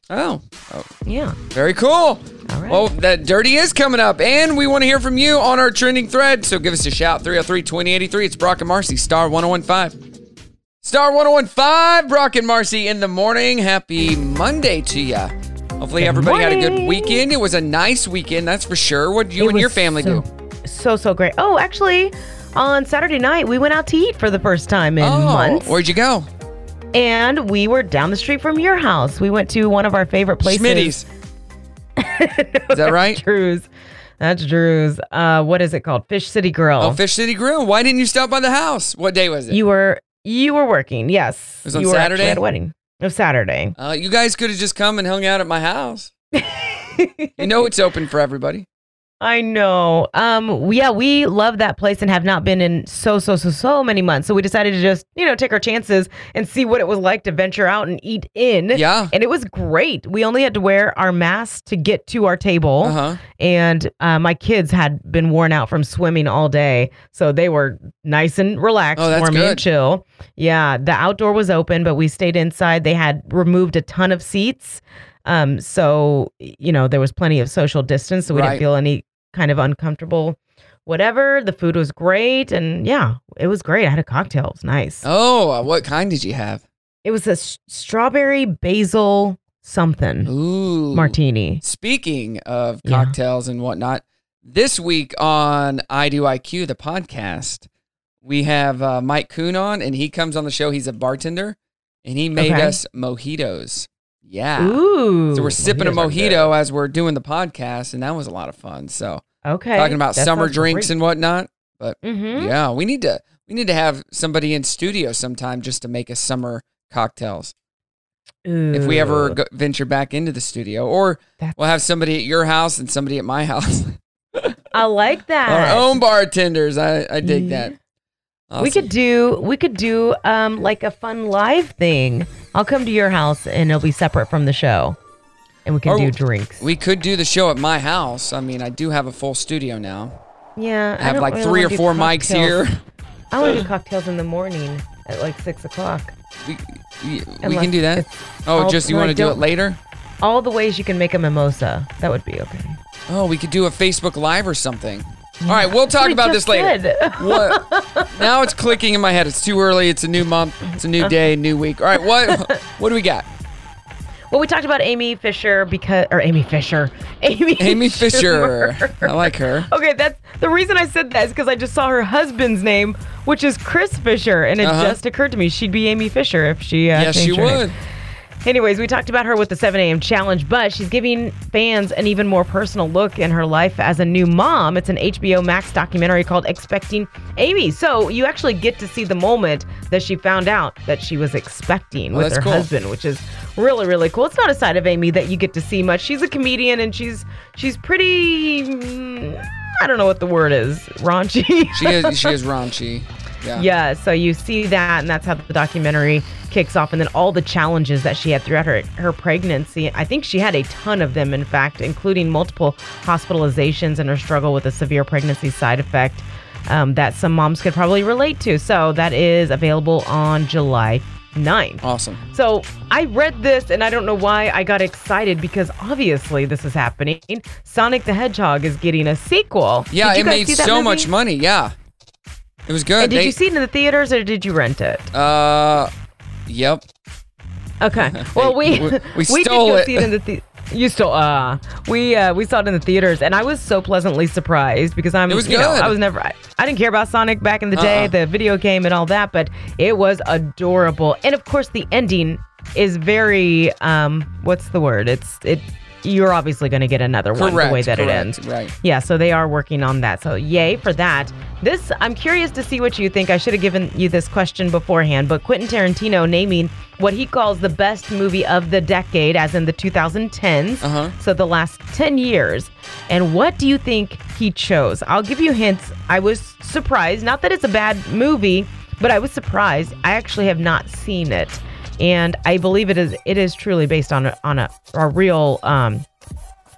[SPEAKER 7] Oh. oh.
[SPEAKER 4] Yeah.
[SPEAKER 7] Very cool.
[SPEAKER 4] All right.
[SPEAKER 7] Well, that dirty is coming up, and we want to hear from you on our trending thread. So give us a shout 303 2083. It's Brock and Marcy, star 1015. Star 1015, Brock and Marcy in the morning. Happy Monday to ya. Hopefully, everybody had a good
[SPEAKER 4] morning.
[SPEAKER 7] weekend. It was a nice weekend, that's for sure. What you
[SPEAKER 4] It
[SPEAKER 7] and your
[SPEAKER 4] was
[SPEAKER 7] family
[SPEAKER 4] so,
[SPEAKER 7] do?
[SPEAKER 4] So so great. Oh, actually, on Saturday night we went out to eat for the first time in
[SPEAKER 7] Oh,
[SPEAKER 4] months,
[SPEAKER 7] where'd you go?
[SPEAKER 4] and we were down the street from your house. We went to one of our favorite places. [laughs]
[SPEAKER 7] Schmitty's. is that right?
[SPEAKER 4] Drew's. That's Drew's. Uh, what is it called? Fish City Grill.
[SPEAKER 7] Oh, Fish City Grill. Why didn't you stop by the house? What day was it?
[SPEAKER 4] You were you were working. Yes. It
[SPEAKER 7] was on
[SPEAKER 4] you were actually
[SPEAKER 7] Saturday?
[SPEAKER 4] at a wedding. Of Saturday.
[SPEAKER 7] uh, you guys could have just come and hung out at my house. you know it's open for
[SPEAKER 4] [laughs]
[SPEAKER 7] everybody.
[SPEAKER 4] I know. Um, yeah, we love that place and have not been in so so so so many months. So we decided to just you know take our chances and see what it was like to venture out and eat in.
[SPEAKER 7] Yeah.
[SPEAKER 4] and it was great. We only had to wear our masks to get to our table,
[SPEAKER 7] Uh huh.
[SPEAKER 4] and uh, my kids had been worn out from swimming all day, so they were nice and relaxed,
[SPEAKER 7] Oh, that's
[SPEAKER 4] warm
[SPEAKER 7] good.
[SPEAKER 4] and chill. Yeah, the outdoor was open, but we stayed inside. They had removed a ton of seats. Um, so you know there was plenty of social distance, so we
[SPEAKER 7] Right.
[SPEAKER 4] didn't feel any kind of uncomfortable. Whatever. The food was great, and yeah, it was great. I had a cocktail. It was nice.
[SPEAKER 7] Oh, uh, what kind did you have?
[SPEAKER 4] It was a s- strawberry basil something
[SPEAKER 7] Ooh.
[SPEAKER 4] martini.
[SPEAKER 7] Speaking of
[SPEAKER 4] Yeah.
[SPEAKER 7] cocktails and whatnot, this week on I Do IQ, the podcast, we have uh, Mike Kuhn on, and he comes on the show. He's a bartender, and he made
[SPEAKER 4] Okay.
[SPEAKER 7] us mojitos. Yeah.
[SPEAKER 4] Ooh.
[SPEAKER 7] So we're sipping a
[SPEAKER 4] mojitos are good.
[SPEAKER 7] mojito as we're doing the podcast, and that was a lot of fun. So
[SPEAKER 4] Okay.
[SPEAKER 7] talking about summer drinks and whatnot. But
[SPEAKER 4] Mm-hmm.
[SPEAKER 7] yeah, we need to we need to have somebody in studio sometime just to make us summer cocktails if we ever go, venture back into the studio, or
[SPEAKER 4] That's-
[SPEAKER 7] we'll have somebody at your house and somebody at my [laughs] house.
[SPEAKER 4] I like that.
[SPEAKER 7] Our own bartenders, I, I dig
[SPEAKER 4] Yeah.
[SPEAKER 7] that.
[SPEAKER 4] We
[SPEAKER 7] Awesome.
[SPEAKER 4] could do we could do um like a fun live thing. I'll come to your house and it'll be separate from the show, and we can
[SPEAKER 7] Or-
[SPEAKER 4] do drinks.
[SPEAKER 7] we could do the show at my house. I mean, I do have a full studio now.
[SPEAKER 4] yeah,
[SPEAKER 7] I have
[SPEAKER 4] don't
[SPEAKER 7] like
[SPEAKER 4] really
[SPEAKER 7] three or
[SPEAKER 4] wanna do
[SPEAKER 7] four mics
[SPEAKER 4] cocktails. [laughs]
[SPEAKER 7] here.
[SPEAKER 4] I want to do cocktails in the morning at like six o'clock.
[SPEAKER 7] We, we, we
[SPEAKER 4] Unless
[SPEAKER 7] can do that.
[SPEAKER 4] it's
[SPEAKER 7] Oh,
[SPEAKER 4] all-
[SPEAKER 7] just you
[SPEAKER 4] no, I
[SPEAKER 7] want to do it
[SPEAKER 4] don't-
[SPEAKER 7] later?
[SPEAKER 4] All the ways you can make a mimosa. That would be okay.
[SPEAKER 7] Oh, we could do a Facebook Live or something. All right, we'll talk about this later. What? now it's clicking in my head. It's too early. It's a new month. It's a new day, new week. All right, what what do we
[SPEAKER 4] [laughs]
[SPEAKER 7] got?
[SPEAKER 4] [laughs] Well, we talked about Amy Fisher because or Amy Fisher, [laughs] Amy
[SPEAKER 7] Amy
[SPEAKER 4] Schumer.
[SPEAKER 7] Fisher.
[SPEAKER 4] [laughs]
[SPEAKER 7] I like her.
[SPEAKER 4] Okay, that's the reason I said that is because I just saw her husband's name, which is Chris Fisher, and it
[SPEAKER 7] Uh-huh.
[SPEAKER 4] just occurred to me she'd be Amy Fisher if she. Uh,
[SPEAKER 7] Yes, she
[SPEAKER 4] changed her name.
[SPEAKER 7] would.
[SPEAKER 4] Anyways, we talked about her with the 7 a.m. challenge, but she's giving fans an even more personal look in her life as a new mom. It's an HBO Max documentary called Expecting Amy. So you actually get to see the moment that she found out that she was expecting
[SPEAKER 7] Well,
[SPEAKER 4] with
[SPEAKER 7] Oh, that's cool.
[SPEAKER 4] her husband, which is really, really cool. It's not a side of Amy that you get to see much. She's a comedian and she's she's pretty mm, I don't know what the word is. Raunchy. [laughs]
[SPEAKER 7] She is she is raunchy. Yeah.
[SPEAKER 4] Yeah, so you see that, and that's how the documentary kicks off, and then all the challenges that she had throughout her her pregnancy. I think she had a ton of them, in fact, including multiple hospitalizations and her struggle with a severe pregnancy side effect um, that some moms could probably relate to. So that is available on July 9th.
[SPEAKER 7] Awesome.
[SPEAKER 4] So I read this and I don't know why I got excited because obviously this is happening. Sonic the Hedgehog is getting a sequel.
[SPEAKER 7] Yeah,
[SPEAKER 4] Did you
[SPEAKER 7] it
[SPEAKER 4] guys
[SPEAKER 7] made
[SPEAKER 4] see that
[SPEAKER 7] so
[SPEAKER 4] movie?
[SPEAKER 7] much money. Yeah. It was good.
[SPEAKER 4] And did
[SPEAKER 7] They-
[SPEAKER 4] you see it in the theaters or did you rent it?
[SPEAKER 7] Uh yep. [laughs]
[SPEAKER 4] Okay. Well, [laughs] we
[SPEAKER 7] we- we
[SPEAKER 4] did
[SPEAKER 7] stole
[SPEAKER 4] go
[SPEAKER 7] it.
[SPEAKER 4] see it in the the- you stole. Uh, we uh, we saw it in the theaters, and I was so pleasantly surprised because I'm.
[SPEAKER 7] It was
[SPEAKER 4] you know,
[SPEAKER 7] good.
[SPEAKER 4] I was never. I, I didn't care about Sonic back in the
[SPEAKER 7] Uh-uh.
[SPEAKER 4] day, the video game and all that, but it was adorable. And of course, the ending is very. Um, what's the word? It's it. You're obviously going to get another one
[SPEAKER 7] Correct,
[SPEAKER 4] the way that it
[SPEAKER 7] correct,
[SPEAKER 4] ends.
[SPEAKER 7] right.
[SPEAKER 4] Yeah, so they are working on that. So yay for that. This I'm curious to see what you think. I should have given you this question beforehand, but Quentin Tarantino naming what he calls the best movie of the decade, as in the 2010s.
[SPEAKER 7] Uh-huh.
[SPEAKER 4] So the last 10 years. And what do you think he chose? I'll give you hints. I was surprised. Not that it's a bad movie, but I was surprised. I actually have not seen it. And I believe it is it is truly based on a, on a, a real um,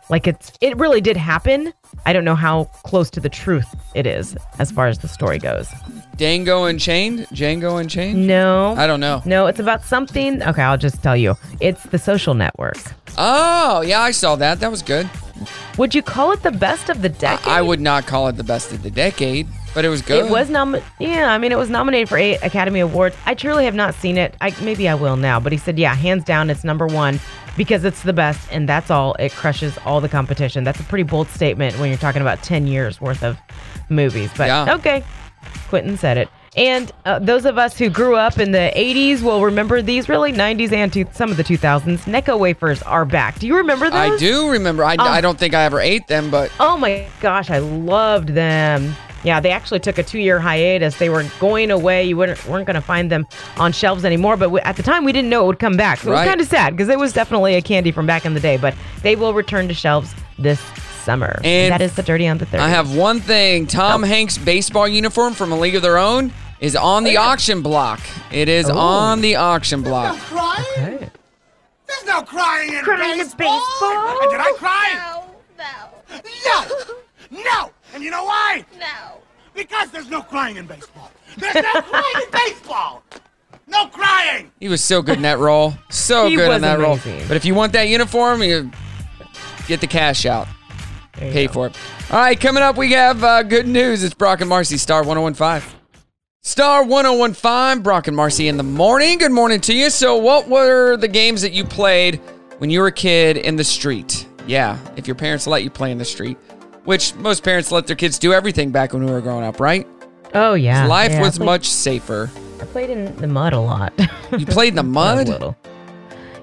[SPEAKER 4] like it's it really did happen i don't know how close to the truth it is as far as the story goes
[SPEAKER 7] Dango Unchained? Django Unchained?
[SPEAKER 4] no
[SPEAKER 7] I don't know.
[SPEAKER 4] no it's about something okay i'll just tell you it's the social network
[SPEAKER 7] Oh, yeah, I saw that. That was good.
[SPEAKER 4] would you call it the best of the decade
[SPEAKER 7] I would not call it the best of the decade, but it was good.
[SPEAKER 4] It was nom. Yeah, I mean, it was nominated for eight Academy Awards. I truly have not seen it. I maybe I will now. But he said, yeah, hands down, it's number one because it's the best, and that's all. It crushes all the competition. That's a pretty bold statement when you're talking about ten years worth of movies. But
[SPEAKER 7] Yeah.
[SPEAKER 4] okay, Quentin said it. And uh, those of us who grew up in the 80s will remember these, really 90s and two, some of the 2000s. Necco wafers are back. Do you remember those?
[SPEAKER 7] I do remember. I, I don't think I ever ate them, but
[SPEAKER 4] Oh my gosh, I loved them. Yeah, they actually took a two-year hiatus. They were going away. You wouldn't, weren't going to find them on shelves anymore. But we, at the time, we didn't know it would come back. So It was
[SPEAKER 7] Right.
[SPEAKER 4] kind of sad because it was definitely a candy from back in the day. But they will return to shelves this summer.
[SPEAKER 7] And
[SPEAKER 4] that is the dirty on the thirty.
[SPEAKER 7] I have one thing. Tom Hanks' baseball uniform from A League of Their Own is on the auction block. It is on the auction block.
[SPEAKER 9] Crying? There's no crying in
[SPEAKER 4] Crying in baseball. baseball?
[SPEAKER 9] And did I cry? No. No. No. And you know why? No. Because there's no crying in baseball. There's no crying in baseball. No crying!
[SPEAKER 7] He was so good in that role. So
[SPEAKER 4] He
[SPEAKER 7] good
[SPEAKER 4] was
[SPEAKER 7] in that role.
[SPEAKER 4] amazing.
[SPEAKER 7] But if you want that uniform, you get the cash out.
[SPEAKER 4] There you
[SPEAKER 7] Pay
[SPEAKER 4] go.
[SPEAKER 7] for it. All right, coming up, we have uh, good news. It's Brock and Marcy, Star 1015. Star 1015, Brock and Marcy in the morning. Good morning to you. So, what were the games that you played when you were a kid in the street? Yeah, if your parents let you play in the street, which most parents let their kids do everything back when we were growing up, right?
[SPEAKER 4] Oh yeah.
[SPEAKER 7] Life
[SPEAKER 4] yeah. I
[SPEAKER 7] was
[SPEAKER 4] played-
[SPEAKER 7] much safer.
[SPEAKER 4] I played in the mud a lot.
[SPEAKER 7] You played in
[SPEAKER 4] [laughs]
[SPEAKER 7] the
[SPEAKER 4] I was
[SPEAKER 7] mud?
[SPEAKER 4] little.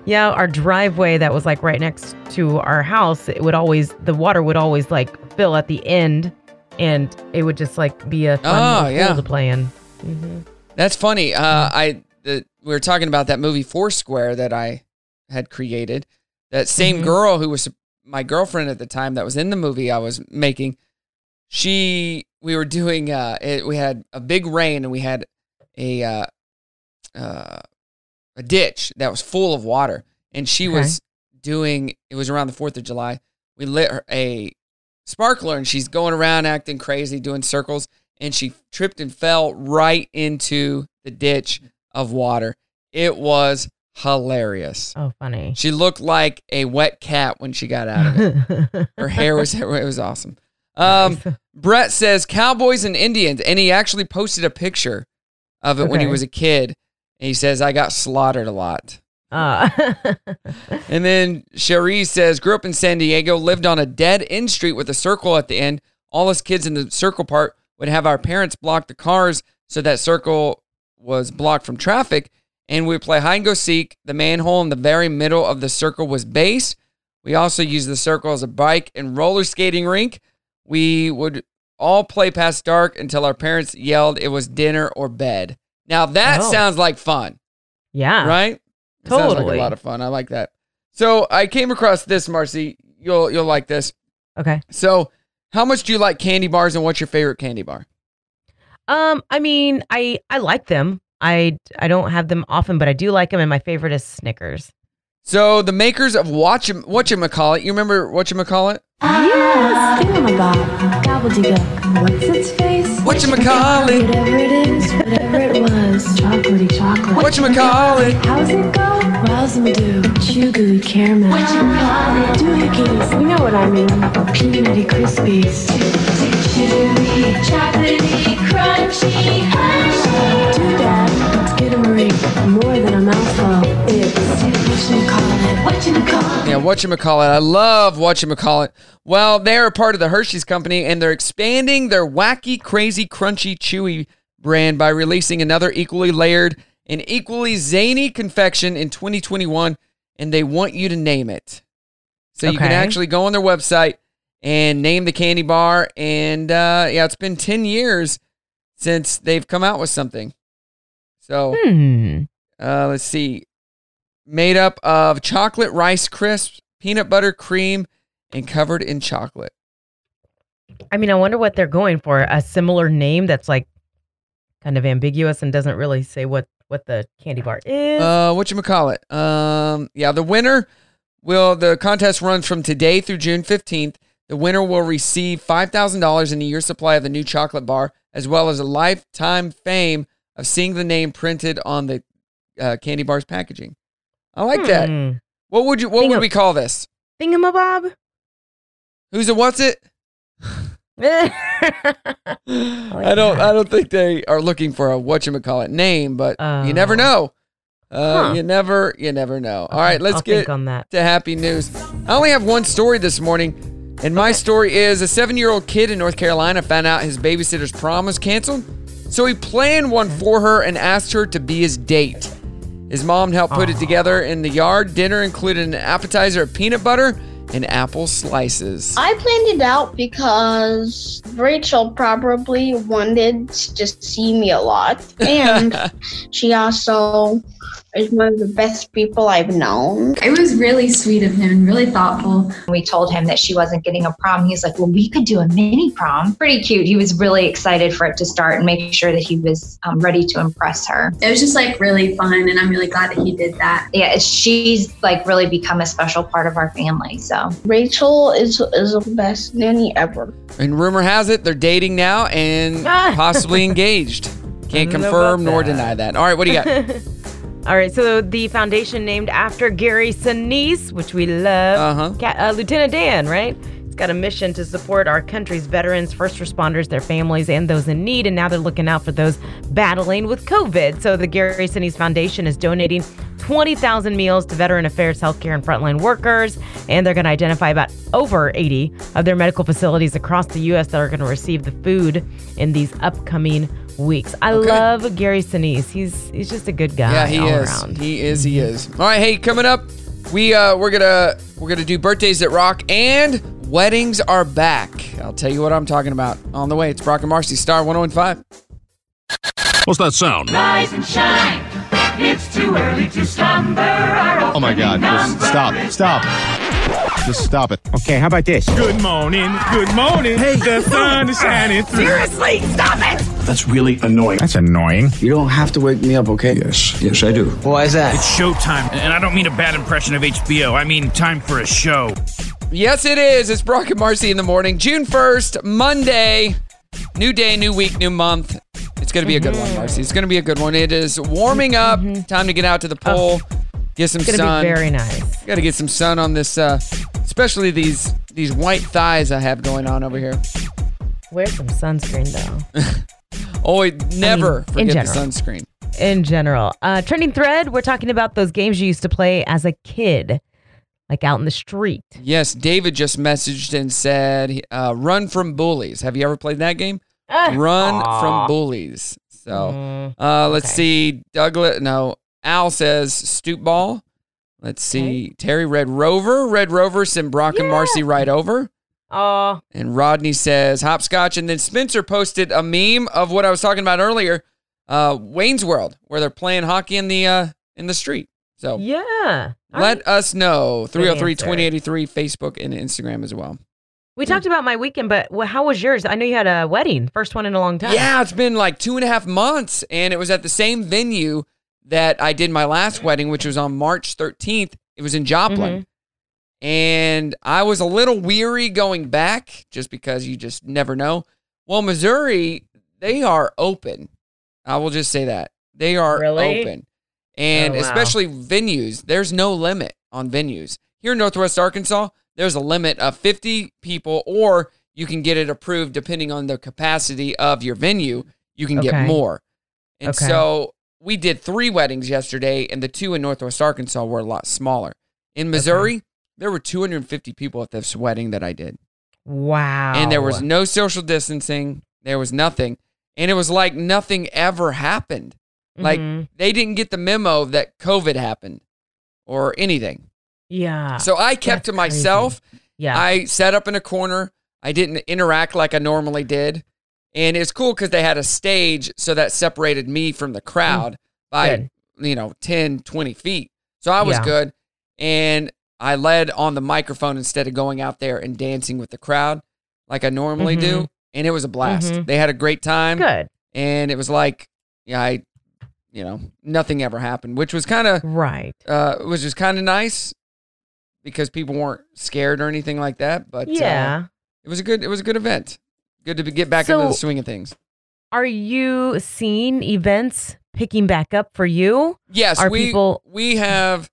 [SPEAKER 4] Yeah, our driveway that was like right next to our house, it would always the water would always like fill at the end, and it would just like be a fun
[SPEAKER 7] Oh,
[SPEAKER 4] little pool
[SPEAKER 7] yeah.
[SPEAKER 4] to play in.
[SPEAKER 7] That's funny. Uh, I the, we were talking about that movie Foursquare that I had created. That same girl who was my girlfriend at the time that was in the movie I was making. She we were doing uh it, we had a big rain and we had a uh, uh a ditch that was full of water and she
[SPEAKER 4] Okay.
[SPEAKER 7] was doing it was around the 4th of July. We lit her a sparkler and she's going around acting crazy doing circles and she tripped and fell right into the ditch of water. It was hilarious.
[SPEAKER 4] Oh, funny.
[SPEAKER 7] She looked like a wet cat when she got
[SPEAKER 4] [laughs]
[SPEAKER 7] out of it. Her hair was it was awesome. Um, Brett says Cowboys and Indians, and he actually posted a picture of it when he
[SPEAKER 4] Okay.
[SPEAKER 7] was a kid. And he says I got slaughtered a lot.
[SPEAKER 4] Uh, [laughs]
[SPEAKER 7] And then Cherie says, grew up in San Diego, lived on a dead end street with a circle at the end. All us kids in the circle part would have our parents block the cars so that circle was blocked from traffic. And we'd play hide and go seek. The manhole in the very middle of the circle was base. We also used the circle as a bike and roller skating rink. We would all play past dark until our parents yelled it was dinner or bed. Now that
[SPEAKER 4] Oh.
[SPEAKER 7] sounds like fun,
[SPEAKER 4] yeah.
[SPEAKER 7] right? It sounds like
[SPEAKER 4] Totally.
[SPEAKER 7] a lot of fun. I like that. So I came across this, Marcy. You'll you'll like this.
[SPEAKER 4] Okay.
[SPEAKER 7] So how much do you like candy bars and what's your favorite candy bar?
[SPEAKER 4] Um, I mean, I I like them. I I don't have them often, but I do like them, and my favorite is Snickers.
[SPEAKER 7] So the makers of Watch What You Call It, you remember What You Call It?
[SPEAKER 11] Yes, thingamabob, gobbledygook. What's its face?
[SPEAKER 7] What you call it?
[SPEAKER 11] Whatever it is, whatever it was, chocolatey chocolate.
[SPEAKER 7] What you call it?
[SPEAKER 11] How's it go? Wowzamadoo, chew gooey caramel. What you call it? Doohickeys, you know what I mean. Peanutty crispies. Chewy, chocolatey, crunchy, Do that. Let's get a ring. More than a mouthful. It's what you call it. What you call it?
[SPEAKER 7] Yeah, What You Call It. I love What You Call It. Well, they're a part of the Hershey's company and they're expanding their wacky, crazy, crunchy, chewy brand by releasing another equally layered and equally zany confection in 2021 and they want you to name it. So you can
[SPEAKER 4] Okay.
[SPEAKER 7] actually go on their website and name the candy bar. And uh, yeah, it's been 10 years since they've come out with something. So
[SPEAKER 4] Hmm.
[SPEAKER 7] uh, let's see. Made up of chocolate rice crisps, peanut butter cream, and covered in chocolate.
[SPEAKER 4] I mean, I wonder what they're going for. A similar name that's like kind of ambiguous and doesn't really say what what the candy bar is.
[SPEAKER 7] Uh, what you call it? Um, yeah, the winner will the contest runs from today through June fifteenth. The winner will receive five thousand dollars in a year's supply of the new chocolate bar, as well as a lifetime fame of seeing the name printed on the uh, candy bar's packaging. I like that.
[SPEAKER 4] Hmm.
[SPEAKER 7] What would you? What
[SPEAKER 4] Think
[SPEAKER 7] would
[SPEAKER 4] of-
[SPEAKER 7] we call this?
[SPEAKER 4] [laughs] Thingamabob.
[SPEAKER 7] Who's a what's it? I
[SPEAKER 4] like
[SPEAKER 7] don't.
[SPEAKER 4] that.
[SPEAKER 7] I don't think they are looking for a what you call it name, but you never
[SPEAKER 4] Oh.
[SPEAKER 7] know. Uh,
[SPEAKER 4] Huh.
[SPEAKER 7] You never. You never know. All right, let's
[SPEAKER 4] I'll
[SPEAKER 7] get
[SPEAKER 4] think on that.
[SPEAKER 7] to happy news. I only have one story this morning, and my story is a seven-year-old kid in North Carolina found out his babysitter's prom was canceled, so he planned one for her and asked her to be his date. His mom helped put it together in the yard. Dinner included an appetizer of peanut butter and apple slices.
[SPEAKER 11] I planned it out because Rachel probably wanted to see me a lot. And she also is one of the best people I've known.
[SPEAKER 9] It was really sweet of him and really thoughtful.
[SPEAKER 11] We told him that she wasn't getting a prom. He's like, well, we could do a mini prom. Pretty cute. He was really excited for it to start and make sure that he was um, ready to impress her.
[SPEAKER 9] It was just like really fun, and I'm really glad that he did that.
[SPEAKER 11] yeah, it's- she's like really become a special part of our family. So Rachel is is the best nanny ever.
[SPEAKER 7] And rumor has it they're dating now and
[SPEAKER 4] [laughs] Ah.
[SPEAKER 7] possibly engaged. Can't
[SPEAKER 4] I don't know
[SPEAKER 7] confirm
[SPEAKER 4] about
[SPEAKER 7] nor
[SPEAKER 4] that. [laughs]
[SPEAKER 7] deny that. All right, what do you got?
[SPEAKER 4] All right, so the foundation named after Gary Sinise, which we love.
[SPEAKER 7] Uh-huh.
[SPEAKER 4] Ca- uh, Lieutenant Dan, right? It's got a mission to support our country's veterans, first responders, their families, and those in need. And now they're looking out for those battling with COVID. So the Gary Sinise Foundation is donating 20,000 meals to Veteran Affairs, healthcare, and frontline workers. And they're going to identify about over 80 of their medical facilities across the U.S. that are going to receive the food in these upcoming weeks. I love Gary Sinise. He's he's just a good guy.
[SPEAKER 7] Yeah, he
[SPEAKER 4] all
[SPEAKER 7] is.
[SPEAKER 4] around.
[SPEAKER 7] He is. He is. All right, hey, coming up, we uh, we're gonna we're gonna do birthdays that rock and weddings are back. I'll tell you what I'm talking about on the way. It's Brock and Marcy Star 101.5.
[SPEAKER 12] What's that sound?
[SPEAKER 1] Rise and shine. It's too early to slumber.
[SPEAKER 12] Oh my God! Just stop! Stop! Just stop it. Okay, how about this? Good morning. Good morning. Hey, the sun is shining through.
[SPEAKER 1] Seriously, stop it!
[SPEAKER 12] That's really annoying. That's annoying. You don't have to wake me up, okay? Yes. Yes, I do. Why is that? It's showtime, and I don't mean a bad impression of HBO. I mean time for a show.
[SPEAKER 7] Yes, it is. It's Brock and Marcy in the morning, June 1st, Monday. New day, new week, new month. It's going to be a good one,
[SPEAKER 4] Mm-hmm.
[SPEAKER 7] Marcy. It's going to be a good one. It is warming up. Time to get out to the pool, get some
[SPEAKER 4] It's gonna
[SPEAKER 7] sun.
[SPEAKER 4] be very nice.
[SPEAKER 7] Got to get some sun on this, uh, especially these these white thighs I have going on over here.
[SPEAKER 4] Wear some sunscreen
[SPEAKER 7] [laughs]
[SPEAKER 4] though.
[SPEAKER 7] Oh, wait, never
[SPEAKER 4] I mean, in
[SPEAKER 7] forget the
[SPEAKER 4] general.
[SPEAKER 7] sunscreen.
[SPEAKER 4] In general, uh, trending thread. We're talking about those games you used to play as a kid, like out in the street.
[SPEAKER 7] Yes, David just messaged and said, uh, "Run from bullies." Have you ever played that
[SPEAKER 4] [laughs]
[SPEAKER 7] game?
[SPEAKER 4] Ah.
[SPEAKER 7] Run
[SPEAKER 4] Aw.
[SPEAKER 7] from bullies.
[SPEAKER 4] Mm-hmm. Mm.
[SPEAKER 7] So, uh, let's see. Douglas, no. Al says stoop ball. Let's see. Terry Red Rover. Red Rover send Brock and Marcy right over.
[SPEAKER 4] Oh,
[SPEAKER 7] And Rodney says hopscotch. And then Spencer posted a meme of what I was talking about earlier, uh, Wayne's World, where they're playing hockey in the uh, in the street. So
[SPEAKER 4] yeah. All
[SPEAKER 7] let
[SPEAKER 4] right.
[SPEAKER 7] us know.
[SPEAKER 4] Good answer.
[SPEAKER 7] 303 2083, Facebook and Instagram as well.
[SPEAKER 4] We talked about my weekend, but wh- how was yours? I know you had a wedding, first one in a long time.
[SPEAKER 7] Yeah, it's been like two and a half months, and it was at the same venue that I did my last wedding, which was on March 13th. It was in Joplin.
[SPEAKER 4] Mm-hmm.
[SPEAKER 7] And I was a little weary going back just because you just never know. Well, Missouri, they are open. I will just say that. They are
[SPEAKER 4] Really?
[SPEAKER 7] open. And
[SPEAKER 4] Oh, wow.
[SPEAKER 7] especially venues, there's no limit on venues. Here in Northwest Arkansas, there's a limit of 50 people, or you can get it approved depending on the capacity of your venue. You can
[SPEAKER 4] Okay.
[SPEAKER 7] get more. And
[SPEAKER 4] Okay.
[SPEAKER 7] so we did three weddings yesterday, and the two in Northwest Arkansas were a lot smaller. In Missouri, there were 250 people at this wedding that I did,
[SPEAKER 4] Wow.
[SPEAKER 7] and there was no social distancing. There was nothing, and it was like nothing ever happened.
[SPEAKER 4] Mhm.
[SPEAKER 7] Like they didn't get the memo that COVID happened or anything.
[SPEAKER 4] Yeah.
[SPEAKER 7] So I kept
[SPEAKER 4] Ah, That's
[SPEAKER 7] to myself.
[SPEAKER 4] Yeah.
[SPEAKER 7] I sat up in a corner. I didn't interact like I normally did. And it's cool because they had a stage. So that separated me from the crowd by,
[SPEAKER 4] Mm. Good.
[SPEAKER 7] you know, 10, 20 feet. So I was
[SPEAKER 4] Yeah.
[SPEAKER 7] good. And I led on the microphone instead of going out there and dancing with the crowd like I normally do. And it was a blast.
[SPEAKER 4] Mhm.
[SPEAKER 7] They had a great time.
[SPEAKER 4] Mm-hmm. Good.
[SPEAKER 7] And it was like, yeah, I, you know, nothing ever happened, which was kind of
[SPEAKER 4] Right.
[SPEAKER 7] uh, which is kind of nice because people weren't scared or anything like that. But uh,
[SPEAKER 4] yeah.
[SPEAKER 7] it was a good it was a good event. Good to be, get back into the
[SPEAKER 4] So-
[SPEAKER 7] swing of things.
[SPEAKER 4] Are you seeing events picking back up for you?
[SPEAKER 7] Yes,
[SPEAKER 4] Are
[SPEAKER 7] we
[SPEAKER 4] people
[SPEAKER 7] we have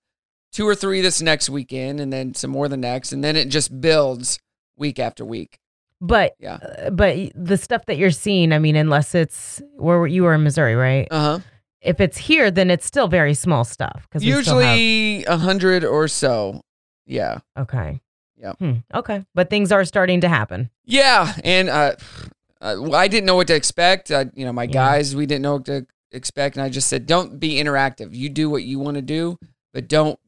[SPEAKER 7] two or three this next weekend, and then some more the next, and then it just builds week after week.
[SPEAKER 4] but
[SPEAKER 7] Yeah.
[SPEAKER 4] uh, but y- the stuff that you're seeing, I mean, unless it's where were- you were in Missouri, right?
[SPEAKER 7] Uh huh.
[SPEAKER 4] If it's here, then it's still very small stuff. Because
[SPEAKER 7] Usually a hundred or so. Yeah.
[SPEAKER 4] okay,
[SPEAKER 7] Yeah.
[SPEAKER 4] Hmm, okay, but things are starting to happen.
[SPEAKER 7] Yeah, and uh, uh, well, I didn't know what to expect. I, you know, my guys, we didn't know what to expect, and I just said, "Don't be interactive. You do what you want to do, but don't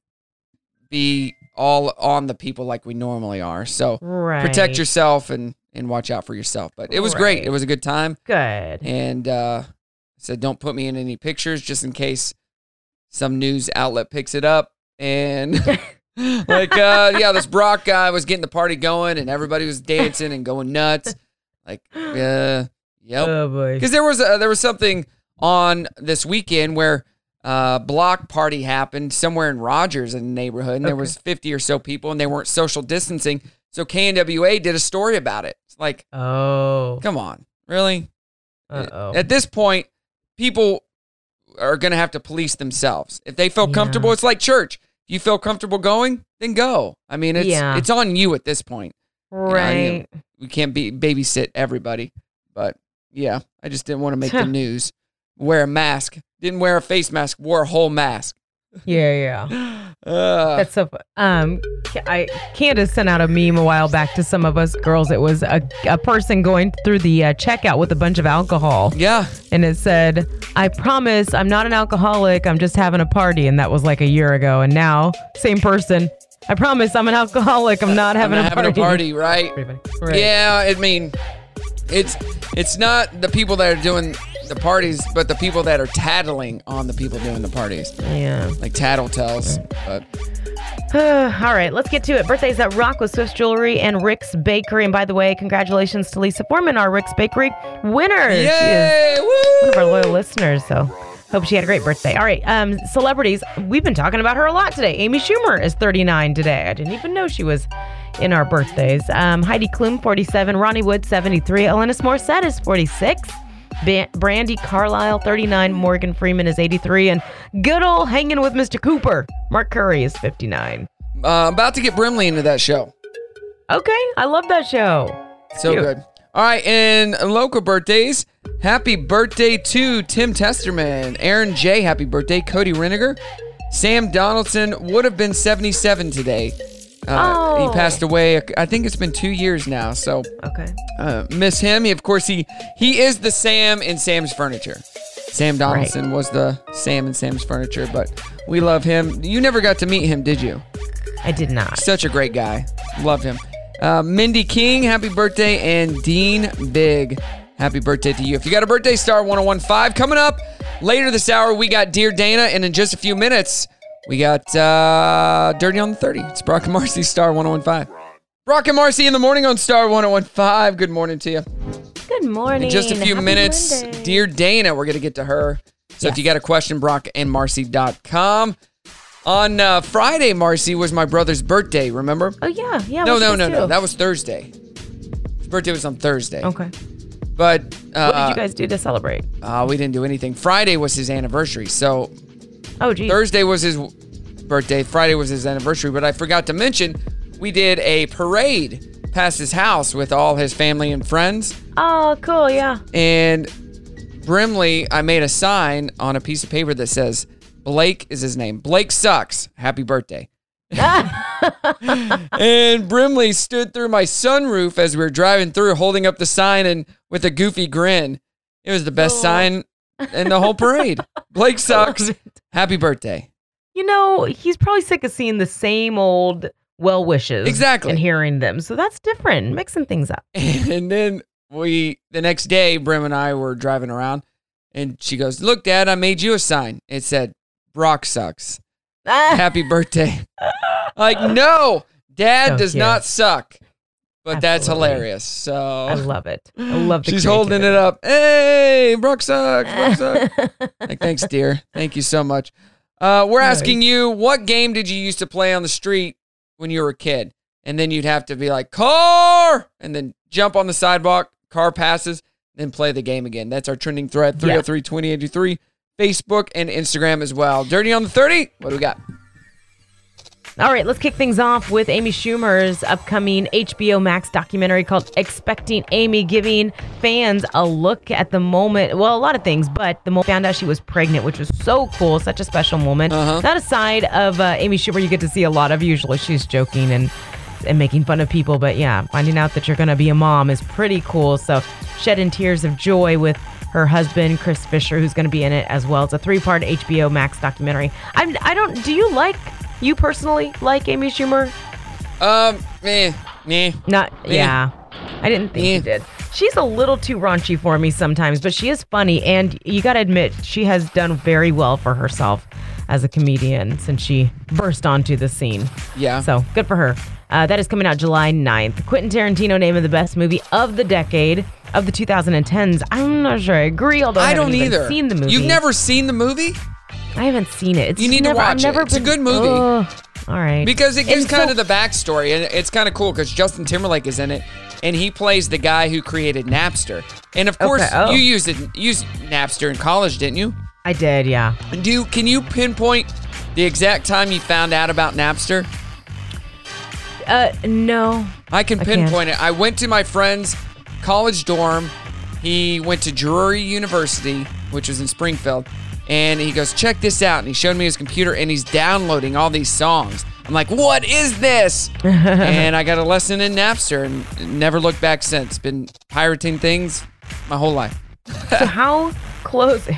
[SPEAKER 7] be all on the people like we normally are. So
[SPEAKER 4] Right.
[SPEAKER 7] protect yourself and and watch out for yourself." But it was great.
[SPEAKER 4] Right.
[SPEAKER 7] It was a good time,
[SPEAKER 4] Good.
[SPEAKER 7] and uh, I said, "Don't put me in any pictures, just in case some news outlet picks it up." And [laughs] like uh yeah this brock guy was getting the party going and everybody was dancing and going nuts like uh yep
[SPEAKER 4] Oh boy.
[SPEAKER 7] because there was uh there was something on this weekend where uh block party happened somewhere in rogers in the neighborhood and there
[SPEAKER 4] Okay.
[SPEAKER 7] was 50 or so people and they weren't social distancing so knwa did a story about it it's like
[SPEAKER 4] Oh.
[SPEAKER 7] come on really
[SPEAKER 4] Uh oh.
[SPEAKER 7] at this point people are going to have to police themselves. If they feel comfortable, it's like church. You feel comfortable going, then go. I mean, it's
[SPEAKER 4] Yeah.
[SPEAKER 7] it's on you at this point. You know, I mean,
[SPEAKER 4] Right.
[SPEAKER 7] we can't be babysit everybody, but yeah, I just didn't want to make
[SPEAKER 4] [laughs]
[SPEAKER 7] the news. Wear a mask. Didn't wear a face mask. Wore a whole mask.
[SPEAKER 4] Yeah,
[SPEAKER 7] [laughs]
[SPEAKER 4] yeah.
[SPEAKER 7] Ugh.
[SPEAKER 4] That's so. fu- Um, Ca- I Candace sent out a meme a while back to some of us girls. It was a, a person going through the uh, checkout with a bunch of alcohol.
[SPEAKER 7] Yeah.
[SPEAKER 4] And it said, "I promise, I'm not an alcoholic. I'm just having a party." And that was like a year ago. And now, same person. I promise, I'm an alcoholic. I'm not having,
[SPEAKER 7] I'm
[SPEAKER 4] a,
[SPEAKER 7] not having
[SPEAKER 4] party.
[SPEAKER 7] a party, right?
[SPEAKER 4] Right.
[SPEAKER 7] Yeah, I mean, it's it's not the people that are doing the parties, but the people that are tattling on the people doing the parties.
[SPEAKER 4] Yeah, [sighs]
[SPEAKER 7] like tattletales. But
[SPEAKER 4] All right, let's get to it. Birthdays at Rock with Swift's Jewelry and Rick's Bakery. And by the way, congratulations to Lisa Foreman, our Rick's Bakery winner. She is
[SPEAKER 7] Yay!
[SPEAKER 4] One of our loyal listeners, so hope she had a great birthday. All right, um, celebrities. We've been talking about her a lot today. Amy Schumer is 39 today. I didn't even know she was in our birthdays. Um, Heidi Klum, 47. Ronnie Wood, 73. Alanis Morissette is 46. Ban- Brandy Carlisle, 39. Morgan Freeman is 83. And good old hanging with Mr. Cooper. Mark Curry is 59.
[SPEAKER 7] uh, about to get Brimley into that show.
[SPEAKER 4] Okay, I love that show.
[SPEAKER 7] So
[SPEAKER 4] Cute.
[SPEAKER 7] good. All right, and local birthdays. Happy birthday to Tim Testerman, Aaron J. Happy birthday, Cody Reniger, Sam Donaldson would have been 77 today. Uh,
[SPEAKER 4] Oh.
[SPEAKER 7] He passed away. I think it's been two years now. So
[SPEAKER 4] Okay.
[SPEAKER 7] uh, miss him. He, of course, he he is the Sam in Sam's Furniture. Sam Donaldson was the Sam in Sam's Furniture, but we love him. You never got to meet him, did you?
[SPEAKER 4] I did not.
[SPEAKER 7] Such a great guy. Love him. Uh, Mindy King, happy birthday, and Dean Big, happy birthday to you. If you got a birthday, star 1015 coming up later this hour. We got Dear Dana, and in just a few minutes, we got uh, Dirty on the 30. It's Brock and Marcy, star 1015. Brock and Marcy in the morning on Star 1015. Good morning to you.
[SPEAKER 4] Good morning.
[SPEAKER 7] In just a few
[SPEAKER 4] Happy
[SPEAKER 7] minutes,
[SPEAKER 4] Monday.
[SPEAKER 7] dear Dana, we're going to get to her. So if you got a question, brockandmarcy.com. On uh, Friday, Marcy, was my brother's birthday, remember?
[SPEAKER 4] Oh, yeah. Yeah.
[SPEAKER 7] no,
[SPEAKER 4] what's
[SPEAKER 7] no,
[SPEAKER 4] this
[SPEAKER 7] no, no.
[SPEAKER 4] too?
[SPEAKER 7] That was Thursday. His birthday was on Thursday.
[SPEAKER 4] Okay.
[SPEAKER 7] But uh,
[SPEAKER 4] what did you guys do to celebrate?
[SPEAKER 7] uh, we didn't do anything. Friday was his anniversary. So
[SPEAKER 4] Oh, geez.
[SPEAKER 7] Thursday was his birthday. Friday was his anniversary. But I forgot to mention, we did a parade past his house with all his family and friends.
[SPEAKER 4] Oh, cool. Yeah.
[SPEAKER 7] And Brimley, I made a sign on a piece of paper that says, Blake is his name. Blake sucks. Happy birthday. and Brimley stood through my sunroof as we were driving through, holding up the sign and with a goofy grin. It was the best sign in the whole parade. Blake sucks. Happy birthday.
[SPEAKER 4] [laughs]
[SPEAKER 7] [laughs]
[SPEAKER 4] You know, he's probably sick of seeing the same old well wishes.
[SPEAKER 7] Exactly.
[SPEAKER 4] And hearing them. So that's different. Mixing things up.
[SPEAKER 7] And then we, the next day, Brim and I were driving around, and she goes, "Look, Dad, I made you a sign. It said Brock sucks. Happy birthday." like, no, Dad
[SPEAKER 4] So
[SPEAKER 7] does
[SPEAKER 4] cute.
[SPEAKER 7] not suck. But that's
[SPEAKER 4] Absolutely.
[SPEAKER 7] hilarious. So I
[SPEAKER 4] love it. [laughs] I love the
[SPEAKER 7] She's holding it up. Hey, Brock sucks. Brock
[SPEAKER 4] [laughs]
[SPEAKER 7] sucks. like, thanks, dear. Thank you so much. Uh, we're asking you, what game did you used to play on the street when you were a kid? And then you'd have to be like, car, and then jump on the sidewalk, car passes, then play the game again. That's our trending thread, 303 2083, Facebook and Instagram as well. Dirty on the 30, what do we got?
[SPEAKER 4] All right, let's kick things off with Amy Schumer's upcoming HBO Max documentary called Expecting Amy, giving fans a look at the moment. Well, a lot of things, but the moment found out she was pregnant, which was so cool, such a special moment. Not a side of uh, Amy Schumer you get to see a lot of. Usually she's joking and and making fun of people, but yeah, finding out that you're going to be a mom is pretty cool. So, shedding tears of joy with her husband Chris Fisher, who's going to be in it as well. It's a three-part HBO Max documentary. I'm I don't. Do you like you personally like Amy Schumer?
[SPEAKER 7] Um, meh, meh.
[SPEAKER 4] Not
[SPEAKER 7] Meh.
[SPEAKER 4] yeah. I didn't think
[SPEAKER 7] Eh.
[SPEAKER 4] you did. She's a little too raunchy for me sometimes, but she is funny, and you got to admit she has done very well for herself as a comedian since she burst onto the scene.
[SPEAKER 7] Yeah.
[SPEAKER 4] So good for her. Uh, that is coming out July 9th. Quentin Tarantino named it the best movie of the decade of the 2010s. I'm not sure I agree, although I,
[SPEAKER 7] I
[SPEAKER 4] haven't
[SPEAKER 7] don't
[SPEAKER 4] even
[SPEAKER 7] either.
[SPEAKER 4] Seen the movie?
[SPEAKER 7] You've never seen the movie?
[SPEAKER 4] I haven't seen it. It's
[SPEAKER 7] You need to
[SPEAKER 4] never, I've
[SPEAKER 7] watch it.
[SPEAKER 4] never
[SPEAKER 7] It's a
[SPEAKER 4] been-
[SPEAKER 7] good movie.
[SPEAKER 4] Ugh. all right.
[SPEAKER 7] Because it gives
[SPEAKER 4] And so-
[SPEAKER 7] kind of the backstory, and it's kind of cool because Justin Timberlake is in it, and he plays the guy who created Napster. And of course,
[SPEAKER 4] Okay, oh.
[SPEAKER 7] you used it, used Napster in college, didn't you?
[SPEAKER 4] I did, yeah.
[SPEAKER 7] And do you- can you pinpoint the exact time you found out about Napster?
[SPEAKER 4] Uh, no.
[SPEAKER 7] I can
[SPEAKER 4] can't.
[SPEAKER 7] pinpoint it. I went to my friend's college dorm. He went to Drury University, which was in Springfield, and he goes, "Check this out." And he showed me his computer, and he's downloading all these songs. I'm like, "What is
[SPEAKER 4] [laughs]
[SPEAKER 7] this?" and I got a lesson in Napster, and never looked back since. Been pirating things my whole life.
[SPEAKER 4] so how close? [laughs]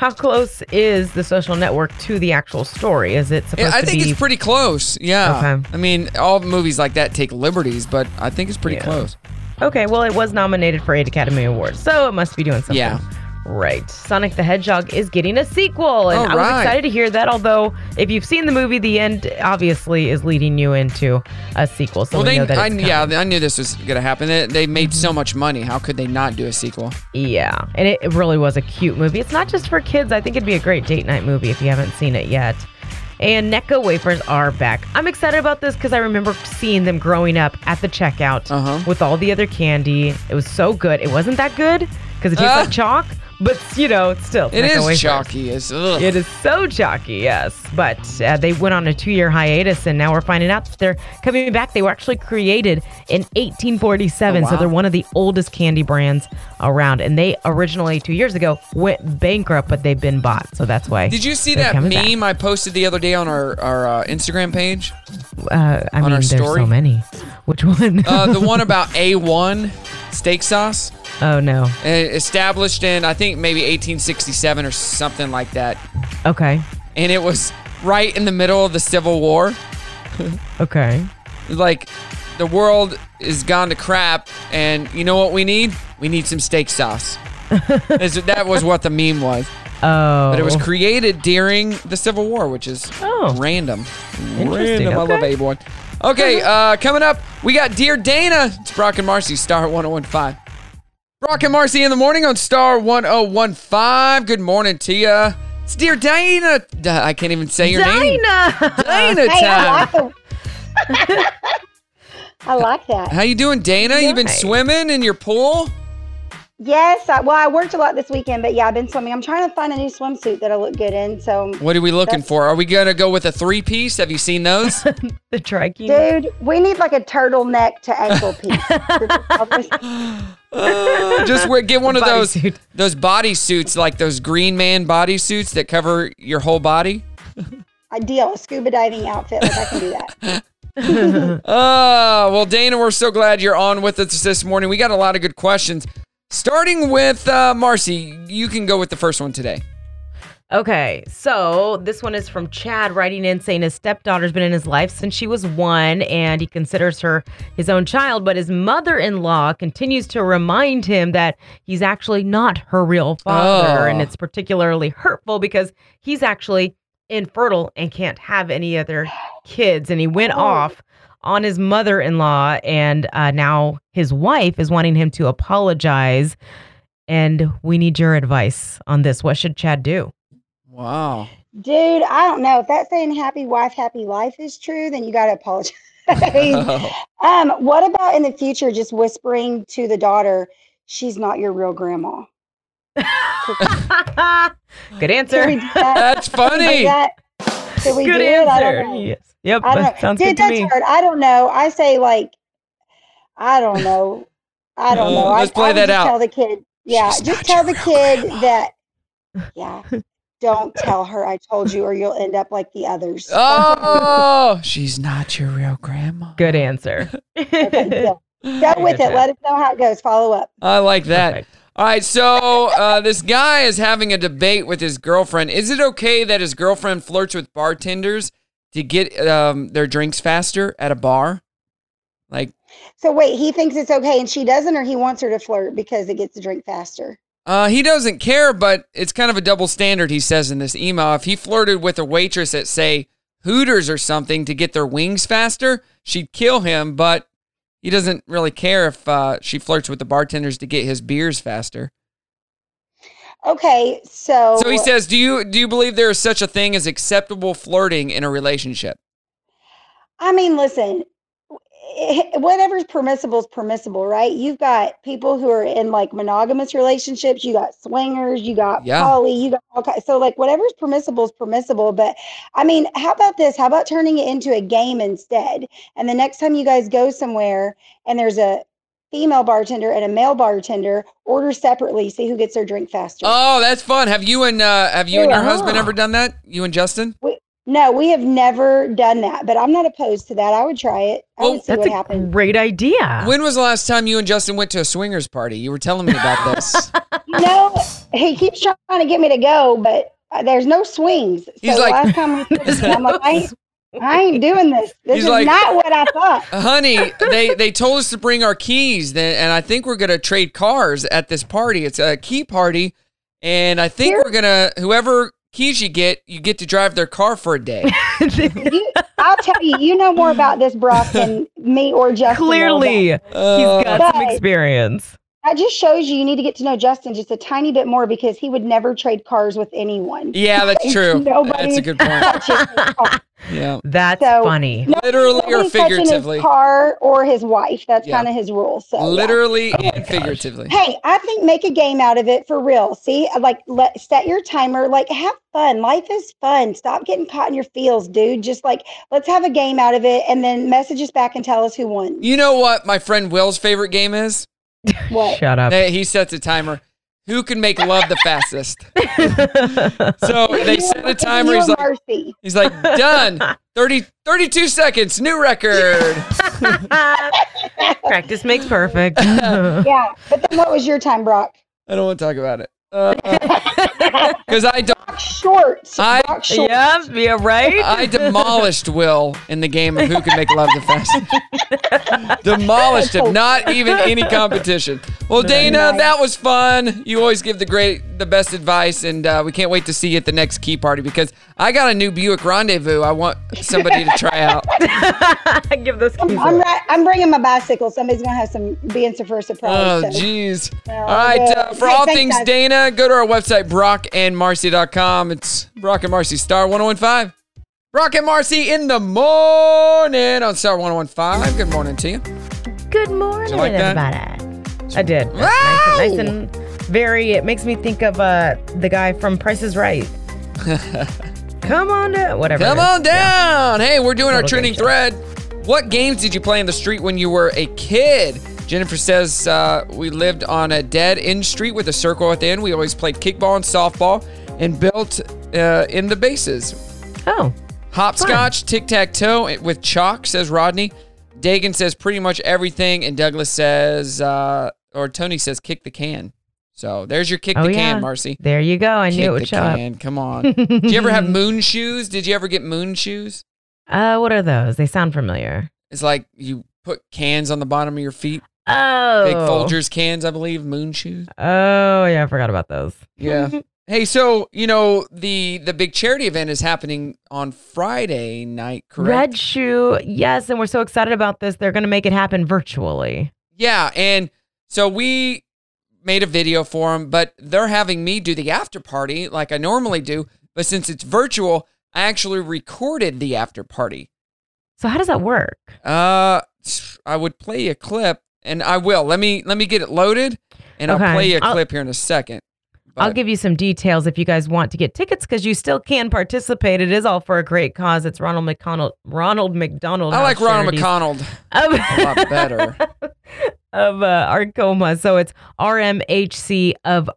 [SPEAKER 4] How close is the social network to the actual story? Is it supposed
[SPEAKER 7] Yeah, I
[SPEAKER 4] to
[SPEAKER 7] think
[SPEAKER 4] be?
[SPEAKER 7] it's pretty close. Yeah.
[SPEAKER 4] Okay.
[SPEAKER 7] I mean, all movies like that take liberties, but I think it's pretty
[SPEAKER 4] Yeah.
[SPEAKER 7] close.
[SPEAKER 4] okay, well, it was nominated for eight Academy Awards, so it must be doing something.
[SPEAKER 7] Yeah.
[SPEAKER 4] Right. Sonic the Hedgehog is getting a sequel, and
[SPEAKER 7] All
[SPEAKER 4] I was
[SPEAKER 7] right.
[SPEAKER 4] excited to hear that. Although, if you've seen the movie, the end obviously is leading you into a sequel. So
[SPEAKER 7] well,
[SPEAKER 4] we
[SPEAKER 7] they,
[SPEAKER 4] know that
[SPEAKER 7] I,
[SPEAKER 4] it's
[SPEAKER 7] yeah, I knew this was going to happen. They, they made so much money. How could they not do a sequel?
[SPEAKER 4] Yeah, and it it really was a cute movie. It's not just for kids. I think it'd be a great date night movie if you haven't seen it yet. And Necco wafers are back. I'm excited about this because I remember seeing them growing up at the checkout
[SPEAKER 7] Uh-huh.
[SPEAKER 4] with all the other candy. It was so good. It wasn't that good because it tastes
[SPEAKER 7] Ah.
[SPEAKER 4] like chalk, but you know, it's still
[SPEAKER 7] It
[SPEAKER 4] Necco
[SPEAKER 7] is
[SPEAKER 4] wafers.
[SPEAKER 7] chalky. It's, ugh.
[SPEAKER 4] It is so chalky, yes. But uh, they went on a two year hiatus, and now we're finding out that they're coming back. They were actually created in 1847,
[SPEAKER 13] Oh, wow.
[SPEAKER 4] so they're one of the oldest candy brands around. And they originally, two years ago, went bankrupt, but they've been bought. So that's why.
[SPEAKER 7] Did you see
[SPEAKER 4] they're
[SPEAKER 7] that
[SPEAKER 4] coming back.
[SPEAKER 7] meme I posted the other day on our, our uh, Instagram page?
[SPEAKER 4] Uh, I
[SPEAKER 7] on
[SPEAKER 4] mean,
[SPEAKER 7] our
[SPEAKER 4] there's
[SPEAKER 7] story?
[SPEAKER 4] so many. Which one?
[SPEAKER 7] Uh, the one about [laughs] A1 steak sauce.
[SPEAKER 4] [laughs] oh, no.
[SPEAKER 7] Uh, Established in, I think, maybe 1867 or something like that.
[SPEAKER 4] Okay.
[SPEAKER 7] And it was right in the middle of the Civil War.
[SPEAKER 4] Okay.
[SPEAKER 7] like the world is gone to crap and you know what we need we need some steak
[SPEAKER 4] [laughs]
[SPEAKER 7] sauce That's- that was what the meme was
[SPEAKER 4] Oh.
[SPEAKER 7] but it was created during the civil war which is random
[SPEAKER 4] Oh. Interesting,
[SPEAKER 7] random i love
[SPEAKER 4] okay. Uh-huh.
[SPEAKER 7] a okay uh, coming up we got dear dana it's brock and marcy star 1015 brock and marcy in the morning on star 1015 good morning to ya it's dear dana D- i can't even say your name
[SPEAKER 4] Dana.
[SPEAKER 7] Dana
[SPEAKER 14] Hey,
[SPEAKER 7] time.
[SPEAKER 14] I like 'em. I like that.
[SPEAKER 7] how you doing dana you been
[SPEAKER 14] Nice.
[SPEAKER 7] swimming in your pool
[SPEAKER 14] Yes. I, well, I worked a lot this weekend, but yeah, I've been swimming. I'm trying to find a new swimsuit that I look good in. So,
[SPEAKER 7] What are we looking for? Are we gonna go with a three piece? Have you seen
[SPEAKER 4] [laughs]
[SPEAKER 7] those?
[SPEAKER 4] [laughs] the trikey.
[SPEAKER 14] dude, we need like a turtleneck to ankle piece. [laughs]
[SPEAKER 7] Just wear, get one of
[SPEAKER 14] Body
[SPEAKER 7] those those body suits, like those green man body suits that cover your whole body.
[SPEAKER 14] Ideal a scuba diving outfit. Like I can do that.
[SPEAKER 7] Oh, well, Dana, we're so glad you're on with us this morning. We got a lot of good questions. Starting with uh, Marcy, you can go with the first one today.
[SPEAKER 4] Okay, so this one is from Chad writing in saying his stepdaughter's been in his life since she was one and he considers her his own child, but his mother in law continues to remind him that he's actually not her real father.
[SPEAKER 13] Oh.
[SPEAKER 4] And it's particularly hurtful because he's actually infertile and can't have any other kids. And he went off on his mother in law, and uh, now his wife is wanting him to apologize. And we need your advice on this. What should Chad do?
[SPEAKER 7] Wow.
[SPEAKER 14] Dude, I don't know. If that saying happy wife, happy life is true, then you got to apologize. um, what about in the future just whispering to the daughter, she's not your real grandma?
[SPEAKER 4] [laughs] Good answer.
[SPEAKER 14] Can we do that?
[SPEAKER 7] [laughs] That's
[SPEAKER 14] Can we do
[SPEAKER 7] funny.
[SPEAKER 14] that? Can
[SPEAKER 4] [laughs]
[SPEAKER 14] we
[SPEAKER 4] Good
[SPEAKER 14] do it? I don't
[SPEAKER 4] answer.
[SPEAKER 14] know.
[SPEAKER 4] Yes. Yep.
[SPEAKER 14] I don't know.
[SPEAKER 4] That sounds
[SPEAKER 14] Dude,
[SPEAKER 4] good to
[SPEAKER 14] that's
[SPEAKER 4] me.
[SPEAKER 14] hard. I don't know. I say like, I don't know. I don't know.
[SPEAKER 7] Uh,
[SPEAKER 14] I-
[SPEAKER 7] let's
[SPEAKER 14] I
[SPEAKER 7] play
[SPEAKER 14] would
[SPEAKER 7] that
[SPEAKER 14] just
[SPEAKER 7] out.
[SPEAKER 14] Tell the kid. Yeah, just tell the kid that. Yeah, don't tell her I told you, or you'll end up like the others. [laughs]
[SPEAKER 7] Oh, she's not your real grandma.
[SPEAKER 4] [laughs] Good
[SPEAKER 14] [laughs]
[SPEAKER 4] answer. [laughs]
[SPEAKER 14] Go with it. Let us know how it goes. Follow up.
[SPEAKER 7] I like that. All right, so uh, this guy is having a debate with his girlfriend. Is it okay that his girlfriend flirts with bartenders to get um, their drinks faster at a bar? Like,
[SPEAKER 14] So wait, he thinks it's okay, and she doesn't, or he wants her to flirt because it gets the drink faster.
[SPEAKER 7] uh, he doesn't care, but it's kind of a double standard, he says in this email. If he flirted with a waitress at, say, Hooters or something to get their wings faster, she'd kill him, but he doesn't really care if uh, she flirts with the bartenders to get his beers faster.
[SPEAKER 14] Okay, so
[SPEAKER 7] So he says, "Do you do you believe there is such a thing as acceptable flirting in a relationship?"
[SPEAKER 14] I mean, listen, it- whatever's permissible is permissible, right? You've got people who are in like monogamous relationships, you got swingers, you got
[SPEAKER 13] Yeah.
[SPEAKER 14] poly, you got all kinds. So like whatever's permissible is permissible. But I mean, how about this? How about turning it into a game instead? And the next time you guys go somewhere and there's a female bartender and a male bartender, order separately, see who gets their drink faster.
[SPEAKER 7] Oh, that's fun. Have you and uh, have you and your husband
[SPEAKER 14] Yeah.
[SPEAKER 7] ever done that? You and Justin?
[SPEAKER 14] No, we have never done that, but I'm not opposed to that. I would try it. I would see what happens.
[SPEAKER 4] great idea. [laughs]
[SPEAKER 7] When was the last time you and Justin went to a swingers party? You were telling me
[SPEAKER 14] [laughs]
[SPEAKER 7] about this.
[SPEAKER 14] You know, he keeps trying to get me to go, but uh, there's no swings. So
[SPEAKER 7] He's like-
[SPEAKER 14] last time we took him, I'm like, I ain't, I ain't doing this. This
[SPEAKER 7] He's
[SPEAKER 14] is
[SPEAKER 7] like-
[SPEAKER 14] not what I thought.
[SPEAKER 7] [laughs] Honey,
[SPEAKER 14] [laughs]
[SPEAKER 7] they they told us to bring our keys, then, and I think we're gonna trade cars at this party. It's a key party, and I think we're gonna whoever keys you get, you get to drive their car for a
[SPEAKER 14] [laughs]
[SPEAKER 7] day.
[SPEAKER 14] You, I'll tell you, you know more about this, Brock, than me or Justin. know about
[SPEAKER 4] Clearly,
[SPEAKER 14] it.
[SPEAKER 4] he's
[SPEAKER 7] Uh,
[SPEAKER 4] got some
[SPEAKER 14] But- [laughs]
[SPEAKER 4] experience. [laughs]
[SPEAKER 14] That just shows you you need to get to know Justin just a tiny bit more because he would never trade cars with anyone.
[SPEAKER 7] Yeah,
[SPEAKER 14] [laughs]
[SPEAKER 7] that's true.
[SPEAKER 14] Nobody
[SPEAKER 7] That's a good
[SPEAKER 14] [laughs]
[SPEAKER 7] point. Yeah.
[SPEAKER 4] That's funny.
[SPEAKER 7] Literally or
[SPEAKER 14] nobody's touching his
[SPEAKER 7] figuratively.
[SPEAKER 14] car or his wife. That's
[SPEAKER 7] Yeah.
[SPEAKER 14] kind of his rule. So yeah.
[SPEAKER 7] Literally and figuratively.
[SPEAKER 14] Hey, I think make a game out of it for real. See, like let set your timer. Like have fun. Life is fun. Stop getting caught in your feels, dude. Just like let's have a game out of it, and then message us back and tell us who won.
[SPEAKER 7] You know what my friend Will's favorite game is?
[SPEAKER 14] What?
[SPEAKER 4] Shut up.
[SPEAKER 7] They- he sets a timer. Who can make love the fastest? so they set a timer.
[SPEAKER 14] You
[SPEAKER 7] He's like,
[SPEAKER 14] and Marcy.
[SPEAKER 7] he's like, done. 30, 32 seconds, new
[SPEAKER 14] [laughs]
[SPEAKER 7] record.
[SPEAKER 4] [laughs] Practice makes
[SPEAKER 14] [laughs]
[SPEAKER 4] perfect. [laughs]
[SPEAKER 14] yeah, but then what was your time, Brock?
[SPEAKER 7] I don't want to talk about it.
[SPEAKER 14] [laughs]
[SPEAKER 7] [laughs] Because I don't.
[SPEAKER 14] Short.
[SPEAKER 7] I,
[SPEAKER 14] short. Yep,
[SPEAKER 4] yeah, right?
[SPEAKER 7] I demolished Will in the game of who can make love the fastest. demolished him. Not even any competition. Well, Dana, that was fun. You always give the great, the best advice, and uh, we can't wait to see you at the next key party because I got a new Buick Rendezvous. I want somebody to try
[SPEAKER 14] [laughs]
[SPEAKER 7] out.
[SPEAKER 4] [laughs] Give those
[SPEAKER 14] I'm, I'm, ri- I'm bringing my bicycle. Somebody's gonna have some beans for a surprise.
[SPEAKER 7] Oh,
[SPEAKER 14] so.
[SPEAKER 7] jeez.
[SPEAKER 14] Well,
[SPEAKER 7] All right.
[SPEAKER 14] good.
[SPEAKER 7] Uh, for
[SPEAKER 14] Hey,
[SPEAKER 7] all
[SPEAKER 14] thanks,
[SPEAKER 7] things
[SPEAKER 14] guys.
[SPEAKER 7] Dana, go to our website, brockandmarcy.com. It's Brock and Marcy Star 1015. Brock and Marcy in the morning on Star 1015. Good morning to you.
[SPEAKER 4] Good morning,
[SPEAKER 7] like that?
[SPEAKER 4] everybody. I did. Nice, and, nice and very. It makes me think of uh, the guy from Price is Right.
[SPEAKER 7] [laughs]
[SPEAKER 4] Come on down. Whatever. it
[SPEAKER 7] Come
[SPEAKER 4] is.
[SPEAKER 7] on down. Hey, we're doing our
[SPEAKER 4] Total
[SPEAKER 7] trending
[SPEAKER 4] game show.
[SPEAKER 7] thread. What games did you play in the street when you were a kid? Jennifer says uh, we lived on a dead end street with a circle at the end. We always played kickball and softball and built uh, in the bases.
[SPEAKER 4] Oh.
[SPEAKER 7] Hopscotch, tic tac toe with chalk, says Rodney. Dagan says pretty much everything. And Douglas says, uh, or Tony says, kick the can. So there's your kick
[SPEAKER 4] Oh,
[SPEAKER 7] the
[SPEAKER 4] yeah.
[SPEAKER 7] can, Marcy.
[SPEAKER 4] There you go. I
[SPEAKER 7] kick
[SPEAKER 4] knew it would
[SPEAKER 7] the
[SPEAKER 4] show up.
[SPEAKER 7] can. Come on. Did you ever have moon shoes? Did you ever get moon shoes?
[SPEAKER 4] [laughs] Uh, what are those? They sound familiar.
[SPEAKER 7] It's like you put cans on the bottom of your feet.
[SPEAKER 4] Oh.
[SPEAKER 7] Big Folgers cans, I believe, moon shoes.
[SPEAKER 4] Oh yeah, I forgot about those.
[SPEAKER 7] Yeah.
[SPEAKER 4] [laughs]
[SPEAKER 7] hey, so you know the the big charity event is happening on Friday night, correct?
[SPEAKER 4] Red Shoe. Yes, and we're so excited about this. They're going to make it happen virtually.
[SPEAKER 7] Yeah, and so we made a video for them, but they're having me do the after party like I normally do, but since it's virtual, I actually recorded the after party.
[SPEAKER 4] So how does that work?
[SPEAKER 7] Uh, I would play a clip, and I will. Let me let me get it loaded, and
[SPEAKER 4] Okay.
[SPEAKER 7] I'll play a
[SPEAKER 4] I'll-
[SPEAKER 7] clip here in a second.
[SPEAKER 4] I'll
[SPEAKER 7] But-
[SPEAKER 4] give you some details if you guys want to get tickets because you still can participate. It is all for a great cause. It's Ronald McConnell, Ronald McDonald.
[SPEAKER 7] I like
[SPEAKER 4] House
[SPEAKER 7] Ronald
[SPEAKER 4] Charities
[SPEAKER 7] McDonald a lot better.
[SPEAKER 4] of uh, Arcoma. So it's rmhc of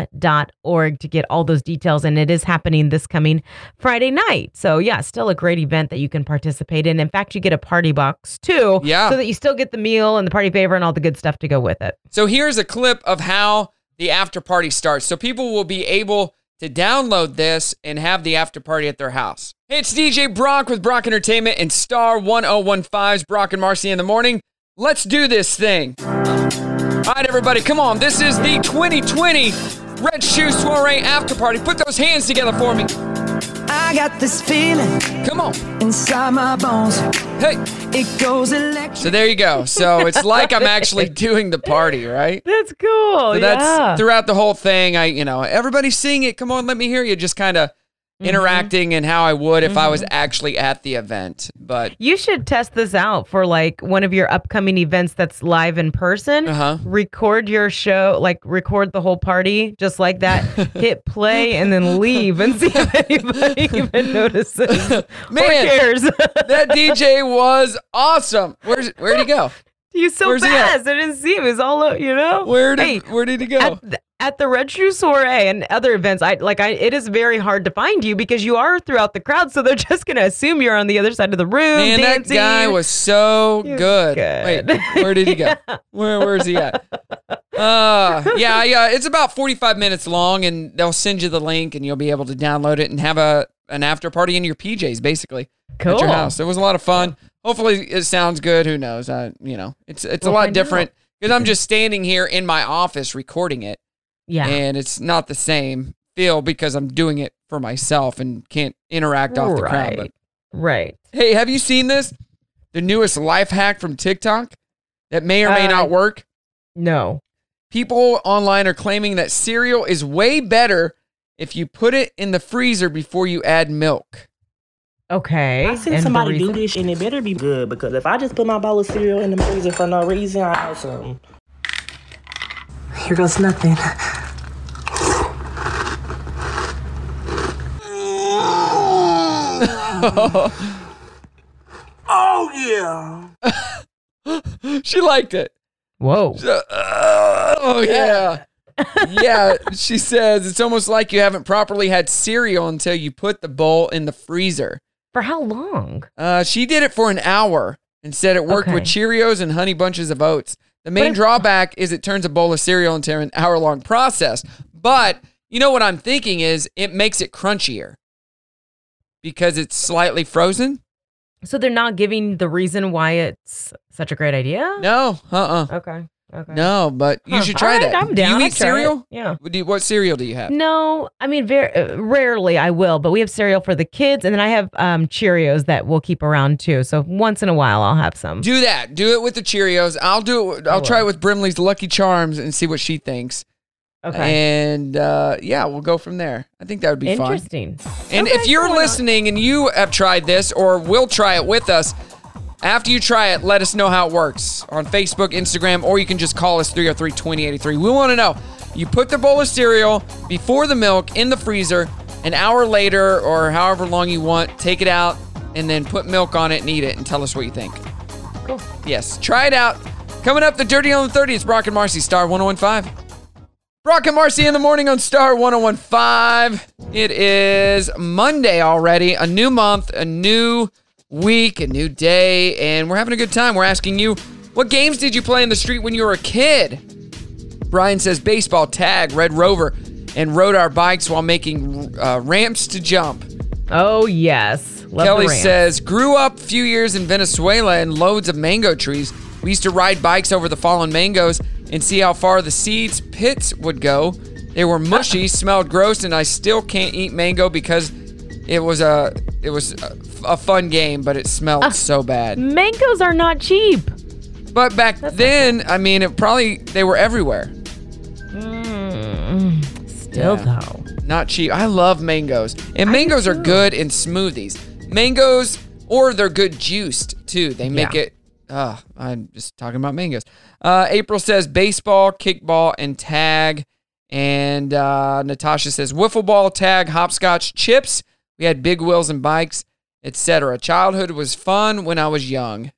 [SPEAKER 4] arcoma.org to get all those details. And it is happening this coming Friday night. So, yeah, still a great event that you can participate in. In fact, you get a party box too.
[SPEAKER 7] Yeah.
[SPEAKER 4] So that you still get the meal and the party favor and all the good stuff to go with it.
[SPEAKER 7] So here's a clip of how the after party starts. So people will be able to download this and have the after party at their house. Hey, it's DJ Brock with Brock Entertainment and Star 1015's Brock and Marcy in the morning. Let's do this thing. All right, everybody, come on. This is the 2020 Red Shoe Soiree After Party. Put those hands together for me.
[SPEAKER 6] I got this feeling.
[SPEAKER 7] Come on.
[SPEAKER 6] Inside my bones.
[SPEAKER 7] Hey.
[SPEAKER 6] It goes electric.
[SPEAKER 7] So there you go. So it's like I'm actually doing the party, right?
[SPEAKER 4] That's cool.
[SPEAKER 7] So that's throughout the whole thing. I, you know, everybody sing it. Come on, let me hear you. Just kind of interacting and how I would if I was actually at the event. But
[SPEAKER 4] You should test this out for like one of your upcoming events that's live in person. Uh-huh. Record your show, like record the whole party just
[SPEAKER 7] [laughs]
[SPEAKER 4] like that. hit play and then leave and see if anybody
[SPEAKER 7] [laughs]
[SPEAKER 4] even notices. Man,
[SPEAKER 7] Man,
[SPEAKER 4] [laughs]
[SPEAKER 7] that DJ was awesome. Where's where'd he go?
[SPEAKER 4] He's so
[SPEAKER 7] Where's he at?
[SPEAKER 4] fast. I didn't see him. He's all o- you know.
[SPEAKER 7] Where did where did he go?
[SPEAKER 4] At, th- at the Red Shoe Soiree and other events, I like I it is very hard to find you because you are throughout the crowd, so they're just gonna assume you're on the other side of the room.
[SPEAKER 7] Man, that
[SPEAKER 4] dancing.
[SPEAKER 7] guy was so good. Wait, where did he go? Where where's he at? Uh, yeah, yeah. It's about forty five minutes long, and they'll send you the link, and you'll be able to download it and have a an after party in your PJs, basically. At
[SPEAKER 4] Cool.
[SPEAKER 7] your house. It was a lot of fun. Hopefully, it sounds good. Who knows? I, you know, it's it's a
[SPEAKER 4] We'll
[SPEAKER 7] lot
[SPEAKER 4] find out.
[SPEAKER 7] different because I'm just standing here in my office recording it.
[SPEAKER 4] Yeah.
[SPEAKER 7] and it's not the same feel because I'm doing it for myself and can't interact off the crowd. But
[SPEAKER 4] Right. Right.
[SPEAKER 7] Hey, have you seen this? The newest life hack from TikTok that may or may
[SPEAKER 4] Uh,
[SPEAKER 7] not work.
[SPEAKER 4] No.
[SPEAKER 7] People online are claiming that cereal is way better if you put it in the freezer before you add milk.
[SPEAKER 4] Okay.
[SPEAKER 13] I seen
[SPEAKER 7] and the
[SPEAKER 13] somebody do
[SPEAKER 7] reason-
[SPEAKER 13] this, and it better be good because if I just put my bowl of cereal in the freezer for no reason, I have some. Here goes nothing.
[SPEAKER 6] Oh yeah.
[SPEAKER 7] [laughs] she liked it.
[SPEAKER 4] Whoa.
[SPEAKER 7] oh yeah. [laughs] yeah, she says it's almost like you haven't properly had cereal until you put the bowl in the freezer.
[SPEAKER 4] For how long?
[SPEAKER 7] Uh, she did it for an hour and said it worked with
[SPEAKER 4] Okay.
[SPEAKER 7] Cheerios and Honey Bunches of Oats. The main drawback is it turns a bowl of cereal into an hour long process. But you know what I'm thinking is it makes it crunchier because it's slightly frozen.
[SPEAKER 4] So they're not giving the reason why it's such a great idea?
[SPEAKER 7] No. Uh uh
[SPEAKER 4] Okay. Okay.
[SPEAKER 7] No, but you
[SPEAKER 4] Huh.
[SPEAKER 7] should try
[SPEAKER 4] All right,
[SPEAKER 7] that.
[SPEAKER 4] I'm
[SPEAKER 7] Do
[SPEAKER 4] down.
[SPEAKER 7] you
[SPEAKER 4] I'll
[SPEAKER 7] eat
[SPEAKER 4] try it.
[SPEAKER 7] cereal?
[SPEAKER 4] Yeah.
[SPEAKER 7] What, do you- what cereal do you have?
[SPEAKER 4] No, I mean very uh, rarely I will, but we have cereal for the kids, and then I have um, Cheerios that we'll keep around too. So once in a while, I'll have some.
[SPEAKER 7] Do that. Do it with the Cheerios. I'll do it. I'll
[SPEAKER 4] will.
[SPEAKER 7] try it with Brimley's Lucky Charms and see what she thinks.
[SPEAKER 4] Okay.
[SPEAKER 7] And uh, yeah, we'll go from there. I think that would be fun.
[SPEAKER 4] Interesting.
[SPEAKER 7] And if you're listening and you have tried this or will try it with us, after you try it, let us know how it works on Facebook, Instagram, or you can just call us 303 2083. We want to know. You put the bowl of cereal before the milk in the freezer, an hour later or however long you want, take it out and then put milk on it and eat it and tell us what you think.
[SPEAKER 4] Cool.
[SPEAKER 7] Yes, try it out. Coming up, the Dirty on the 30, it's Brock and Marcy, Star 1015. Brock and Marcy in the morning on Star 1015. It is Monday already, a new month, a new week, a new day, and we're having a good time. We're asking you, what games did you play in the street when you were a kid? Brian says baseball, tag, Red Rover, and rode our bikes while making uh, ramps to jump.
[SPEAKER 4] Oh yes. Love the
[SPEAKER 7] Kelly
[SPEAKER 4] ramp.
[SPEAKER 7] says, grew up few years in Venezuela and loads of mango trees. We used to ride bikes over the fallen mangoes and see how far the seeds pits would go. They were
[SPEAKER 4] [laughs]
[SPEAKER 7] mushy, smelled gross, and I still can't eat mango because it was a it was a, a fun game, but it smelled
[SPEAKER 4] Ah.
[SPEAKER 7] so
[SPEAKER 4] Mm.
[SPEAKER 7] bad.
[SPEAKER 4] mangoes are not cheap.
[SPEAKER 7] But back then, I mean, it probably they were everywhere.
[SPEAKER 4] Mm, Still
[SPEAKER 7] Yeah.
[SPEAKER 4] though.
[SPEAKER 7] Not cheap. I love mangoes. And mangoes are good in smoothies. Mangoes, or they're good juiced too. They make
[SPEAKER 4] Yeah.
[SPEAKER 7] it. Uh, I'm just talking about mangoes. Uh, April says baseball, kickball, and tag. And uh, Natasha says wiffle ball, tag, hopscotch, chips. We had big wheels and bikes, etc. Childhood was fun when I was young.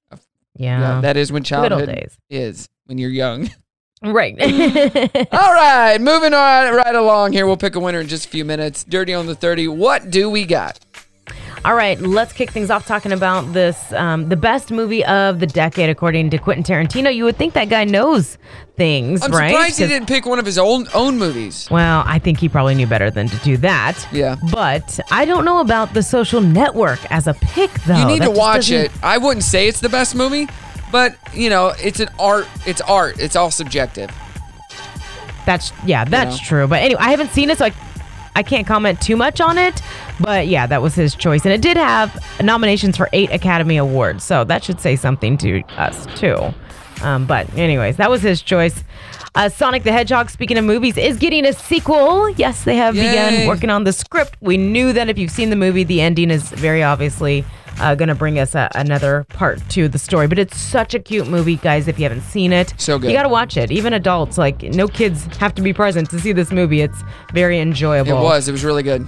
[SPEAKER 4] Yeah.
[SPEAKER 7] that is when
[SPEAKER 4] Good old
[SPEAKER 7] childhood
[SPEAKER 4] days.
[SPEAKER 7] is when you're young. [laughs]
[SPEAKER 4] Right. [laughs]
[SPEAKER 7] All right, moving on right along here. We'll pick a winner in just a few minutes. Dirty on the 30. What do we got?
[SPEAKER 4] All right, let's kick things off talking about this um, the best movie of the decade, according to Quentin Tarantino. You would think that guy knows things,
[SPEAKER 7] I'm
[SPEAKER 4] right?
[SPEAKER 7] surprised he
[SPEAKER 4] 'Cause-
[SPEAKER 7] didn't pick one of his own own movies.
[SPEAKER 4] Well, I think he probably knew better than to do that.
[SPEAKER 7] Yeah.
[SPEAKER 4] But I don't know about the social network as a pick, though.
[SPEAKER 7] you need
[SPEAKER 4] That
[SPEAKER 7] to
[SPEAKER 4] just
[SPEAKER 7] watch
[SPEAKER 4] doesn't-
[SPEAKER 7] it. I wouldn't say it's the best movie, but you know, it's an art. It's art. It's all subjective.
[SPEAKER 4] That's, yeah, that's
[SPEAKER 7] know?
[SPEAKER 4] true. But anyway, I haven't seen it, so I, I can't comment too much on it. But yeah, that was his choice. And it did have nominations for eight Academy Awards, so that should say something to us, too. Um, but anyways, that was his choice. Uh, Sonic the Hedgehog, speaking of movies, is getting a sequel. Yes, they have
[SPEAKER 7] Yay.
[SPEAKER 4] begun working on the script. We knew that if you've seen the movie, the ending is very obviously uh, going to bring us a, another part to the story. But it's such a cute movie, guys. If you haven't seen it, so
[SPEAKER 7] good.
[SPEAKER 4] You got to watch it. Even adults, like no kids, have to be present to see this movie. It's very
[SPEAKER 7] It
[SPEAKER 4] enjoyable.
[SPEAKER 7] was. It was really good.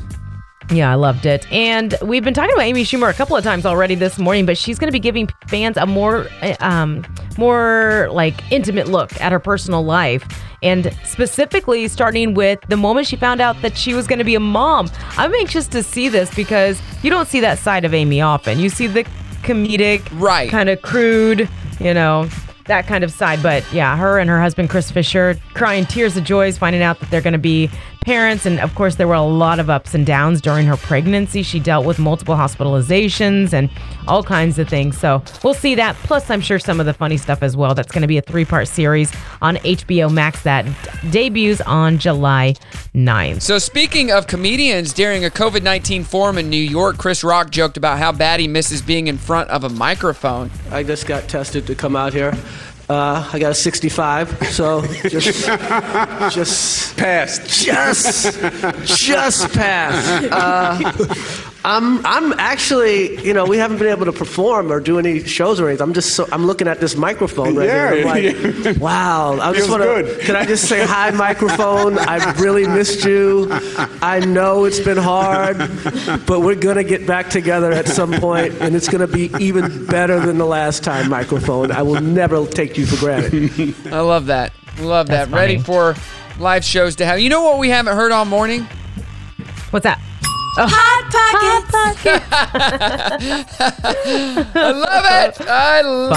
[SPEAKER 4] Yeah, I loved it. And we've been talking about Amy Schumer a couple of times already this morning, but she's going to be giving fans a more, uh, um, more like intimate look at her personal life, and specifically starting with the moment she found out that she was going to be a mom. I'm anxious to see this because you don't see that side of Amy often. You see the comedic, right, kind of crude, you know. That kind of side, but yeah, her and her husband Chris Fisher crying tears of joys, finding out that they're going to be parents. And of course, there were a lot of ups and downs during her pregnancy. She dealt with multiple hospitalizations and all kinds of things. So we'll see that. Plus, I'm sure some of the funny stuff as well. That's going to be a three part series on HBO Max that d- debuts on July 9th.
[SPEAKER 7] So, speaking of comedians, during a COVID 19 forum in New York, Chris Rock joked about how bad he misses being in front of a microphone.
[SPEAKER 15] I just got tested to come out here. Uh, I got a 65, so just, just passed. Just, just passed. Uh, I'm, I'm actually, you know, we haven't been able to perform or do any shows or anything. I'm just, so, I'm looking at this microphone right here. and
[SPEAKER 16] [laughs]
[SPEAKER 15] I'm like, wow. I just
[SPEAKER 16] Feels
[SPEAKER 15] want to.
[SPEAKER 16] good.
[SPEAKER 15] Can I just say hi, microphone? I really missed you. I know it's been hard, but we're gonna get back together at some point, and it's gonna be even better than the last time, microphone. I will never take you for granted.
[SPEAKER 7] I love that. Love
[SPEAKER 15] That's
[SPEAKER 7] that. Ready for live shows to have. You know what we haven't heard all morning?
[SPEAKER 4] What's that? Oh.
[SPEAKER 7] Hot pockets. I love it. I love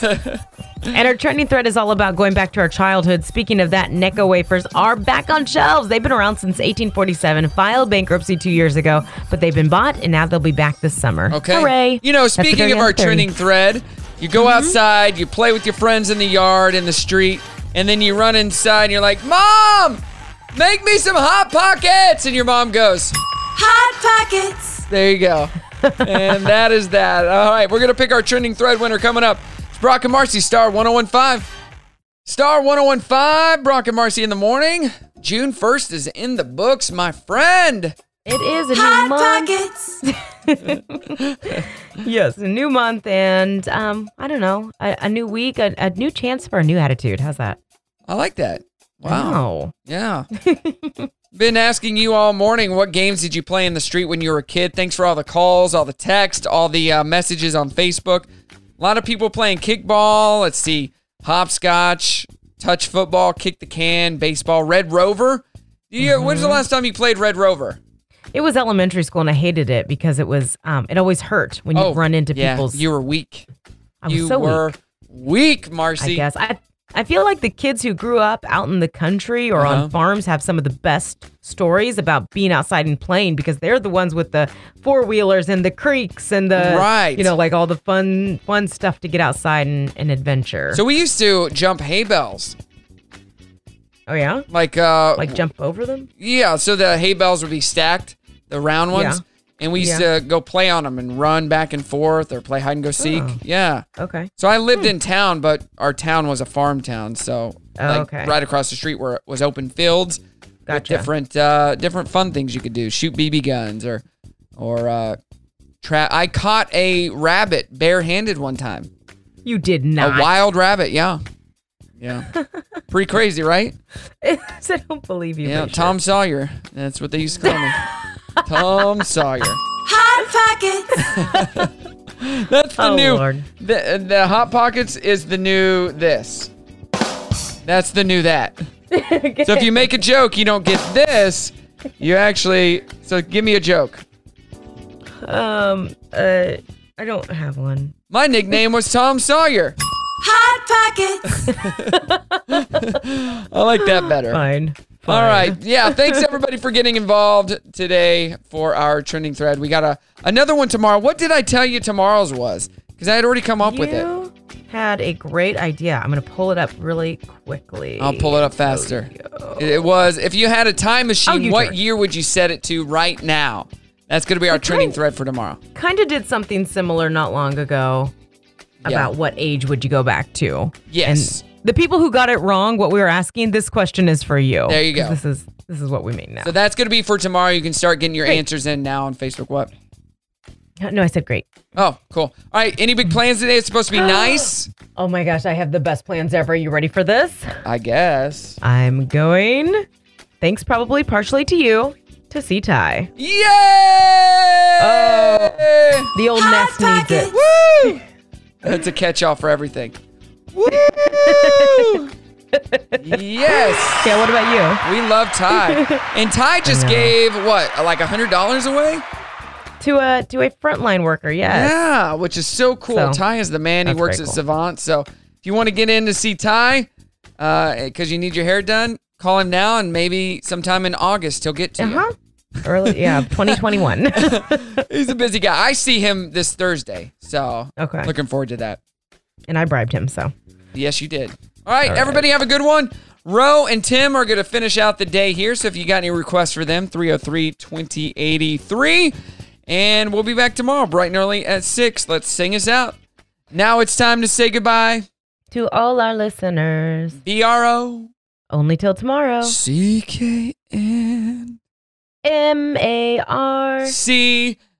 [SPEAKER 4] Funny.
[SPEAKER 7] it.
[SPEAKER 4] And our trending thread is all about going back to our childhood. Speaking of that, Necco wafers are back on shelves. They've been around since 1847, filed bankruptcy two years ago, but they've been bought and now they'll be back this summer.
[SPEAKER 7] Okay.
[SPEAKER 4] Hooray.
[SPEAKER 7] You know,
[SPEAKER 4] That's the
[SPEAKER 7] speaking
[SPEAKER 4] very Mm-hmm.
[SPEAKER 7] of our
[SPEAKER 4] end theory.
[SPEAKER 7] trending thread, you go outside, you play with your friends in the yard, in the street, and then you run inside and you're like, Mom, make me some Hot Pockets. And your mom goes, Hot Pockets. There you go. and that is that. All right, we're going to pick our trending thread winner coming up. It's Brock and Marcy, Star 1015. Star 1015, Brock and Marcy in the morning. June 1st is in the books, my friend.
[SPEAKER 4] It is a new month. [laughs] yes, a new month and um, I don't know, a, a new week, a, a new chance for a new attitude. How's that?
[SPEAKER 7] I like that. Wow.
[SPEAKER 4] Wow. [laughs]
[SPEAKER 7] Yeah. Been asking you all morning what games did you play in the street when you were a kid? Thanks for all the calls, all the text, all the uh, messages on Facebook. A lot of people playing kickball. Let's see, hopscotch, touch football, kick the can, baseball, Red Rover. You, When's
[SPEAKER 4] Mm-hmm.
[SPEAKER 7] the last time you played Red Rover?
[SPEAKER 4] It was elementary school and I hated it because it was um, it always hurt when you
[SPEAKER 7] Oh,
[SPEAKER 4] run into
[SPEAKER 7] yeah,
[SPEAKER 4] people's
[SPEAKER 7] You were weak.
[SPEAKER 4] I was
[SPEAKER 7] you
[SPEAKER 4] so
[SPEAKER 7] were weak, Marcy.
[SPEAKER 4] I guess I I feel like the kids who grew up out in the country or
[SPEAKER 7] Uh-huh.
[SPEAKER 4] on farms have some of the best stories about being outside and playing because they're the ones with the four wheelers and the creeks and the
[SPEAKER 7] Right.
[SPEAKER 4] you know like all the fun fun stuff to get outside and, and adventure.
[SPEAKER 7] So we used to jump hay bales.
[SPEAKER 4] Oh yeah.
[SPEAKER 7] Like uh
[SPEAKER 4] like jump over them.
[SPEAKER 7] Yeah, so the hay bales would be stacked, the round ones, and we used
[SPEAKER 4] Yeah.
[SPEAKER 7] to go play on them and run back and forth or play hide and go seek.
[SPEAKER 4] Oh.
[SPEAKER 7] Yeah.
[SPEAKER 4] Okay.
[SPEAKER 7] So I lived in town, but our town was a farm town, so
[SPEAKER 4] Oh,
[SPEAKER 7] like
[SPEAKER 4] okay.
[SPEAKER 7] right across the street where it was open fields, with
[SPEAKER 4] Gotcha.
[SPEAKER 7] different uh, different fun things you could do, shoot BB guns or or uh, trap. I caught a rabbit barehanded one time,
[SPEAKER 4] You did not.
[SPEAKER 7] a wild rabbit. Yeah, yeah, pretty crazy, right?
[SPEAKER 4] [laughs] I don't believe you.
[SPEAKER 7] Yeah,
[SPEAKER 4] Bridget.
[SPEAKER 7] Tom Sawyer. That's what they used to
[SPEAKER 1] [laughs]
[SPEAKER 7] call me. Tom Sawyer.
[SPEAKER 1] Hot pockets.
[SPEAKER 7] [laughs] That's the
[SPEAKER 1] Oh,
[SPEAKER 7] new.
[SPEAKER 1] Lord.
[SPEAKER 7] The, the Hot Pockets is the new this. That's the new that. so if you make a joke, you don't get this. You actually. So give me a joke.
[SPEAKER 4] Um. Uh. I don't have one.
[SPEAKER 7] My nickname was Tom Sawyer.
[SPEAKER 1] Hot pockets.
[SPEAKER 7] [laughs] I like that better.
[SPEAKER 4] Fine.
[SPEAKER 7] All right. Yeah. Thanks everybody for getting involved today for our trending thread. We got a another one tomorrow. What did I tell you tomorrow's was? Because I had already come up with it.
[SPEAKER 4] You had a great idea. I'm gonna pull it up really quickly.
[SPEAKER 7] I'll pull it up faster. It was if you had a time machine,
[SPEAKER 4] you
[SPEAKER 7] what
[SPEAKER 4] jerk.
[SPEAKER 7] year would you set it to right now? That's going to be our trending thread for tomorrow.
[SPEAKER 4] kind of did something similar not long ago. about what age would you go back to.
[SPEAKER 7] Yes.
[SPEAKER 4] And the people who got it wrong, what we were asking, this question is for you.
[SPEAKER 7] There you go.
[SPEAKER 4] 'Cause This is this is what we mean now.
[SPEAKER 7] So that's going to be for tomorrow. You can start getting your answers in now on Facebook. What?
[SPEAKER 4] no, I said great.
[SPEAKER 7] Oh, cool. All right. Any big plans today? It's supposed to be
[SPEAKER 4] [gasps]
[SPEAKER 7] nice.
[SPEAKER 4] Oh my gosh, I have the best plans ever. You ready for this?
[SPEAKER 7] I guess.
[SPEAKER 4] I'm going. Thanks, probably partially to you, to see Ty.
[SPEAKER 7] Yay!
[SPEAKER 4] Oh, the old nest needs it.
[SPEAKER 7] [laughs] Woo! That's a catch all for everything.
[SPEAKER 4] [laughs]
[SPEAKER 7] Woo! [laughs] yes.
[SPEAKER 4] Yeah, what about you?
[SPEAKER 7] We love Ty. And Ty just
[SPEAKER 4] know.
[SPEAKER 7] gave what, like a hundred dollars away?
[SPEAKER 4] To a to a frontline worker, yes.
[SPEAKER 7] Yeah, which is so cool.
[SPEAKER 4] So,
[SPEAKER 7] Ty is the man. He
[SPEAKER 4] that's
[SPEAKER 7] works
[SPEAKER 4] very
[SPEAKER 7] at
[SPEAKER 4] cool.
[SPEAKER 7] Savant. So if you want to get in to see Ty, because you need your hair done, call him now, and maybe sometime in August he'll get to you.
[SPEAKER 4] Uh-huh. Early,
[SPEAKER 7] [laughs]
[SPEAKER 4] yeah, 2021. Uh-huh.
[SPEAKER 7] He's a busy guy. I see him this Thursday, so
[SPEAKER 4] Okay.
[SPEAKER 7] looking forward to that.
[SPEAKER 4] and I bribed him, so.
[SPEAKER 7] Yes, you did. All right,
[SPEAKER 4] All right.
[SPEAKER 7] everybody have a good one. Ro and Tim are going to finish out the day here. So if you got any requests for them, 303 2083. And we'll be back tomorrow, bright and early at 6. Let's sing us out. Now it's time to say goodbye.
[SPEAKER 4] To all our listeners.
[SPEAKER 7] BRO.
[SPEAKER 4] Only till tomorrow.
[SPEAKER 7] C K N
[SPEAKER 4] M A R.
[SPEAKER 7] See.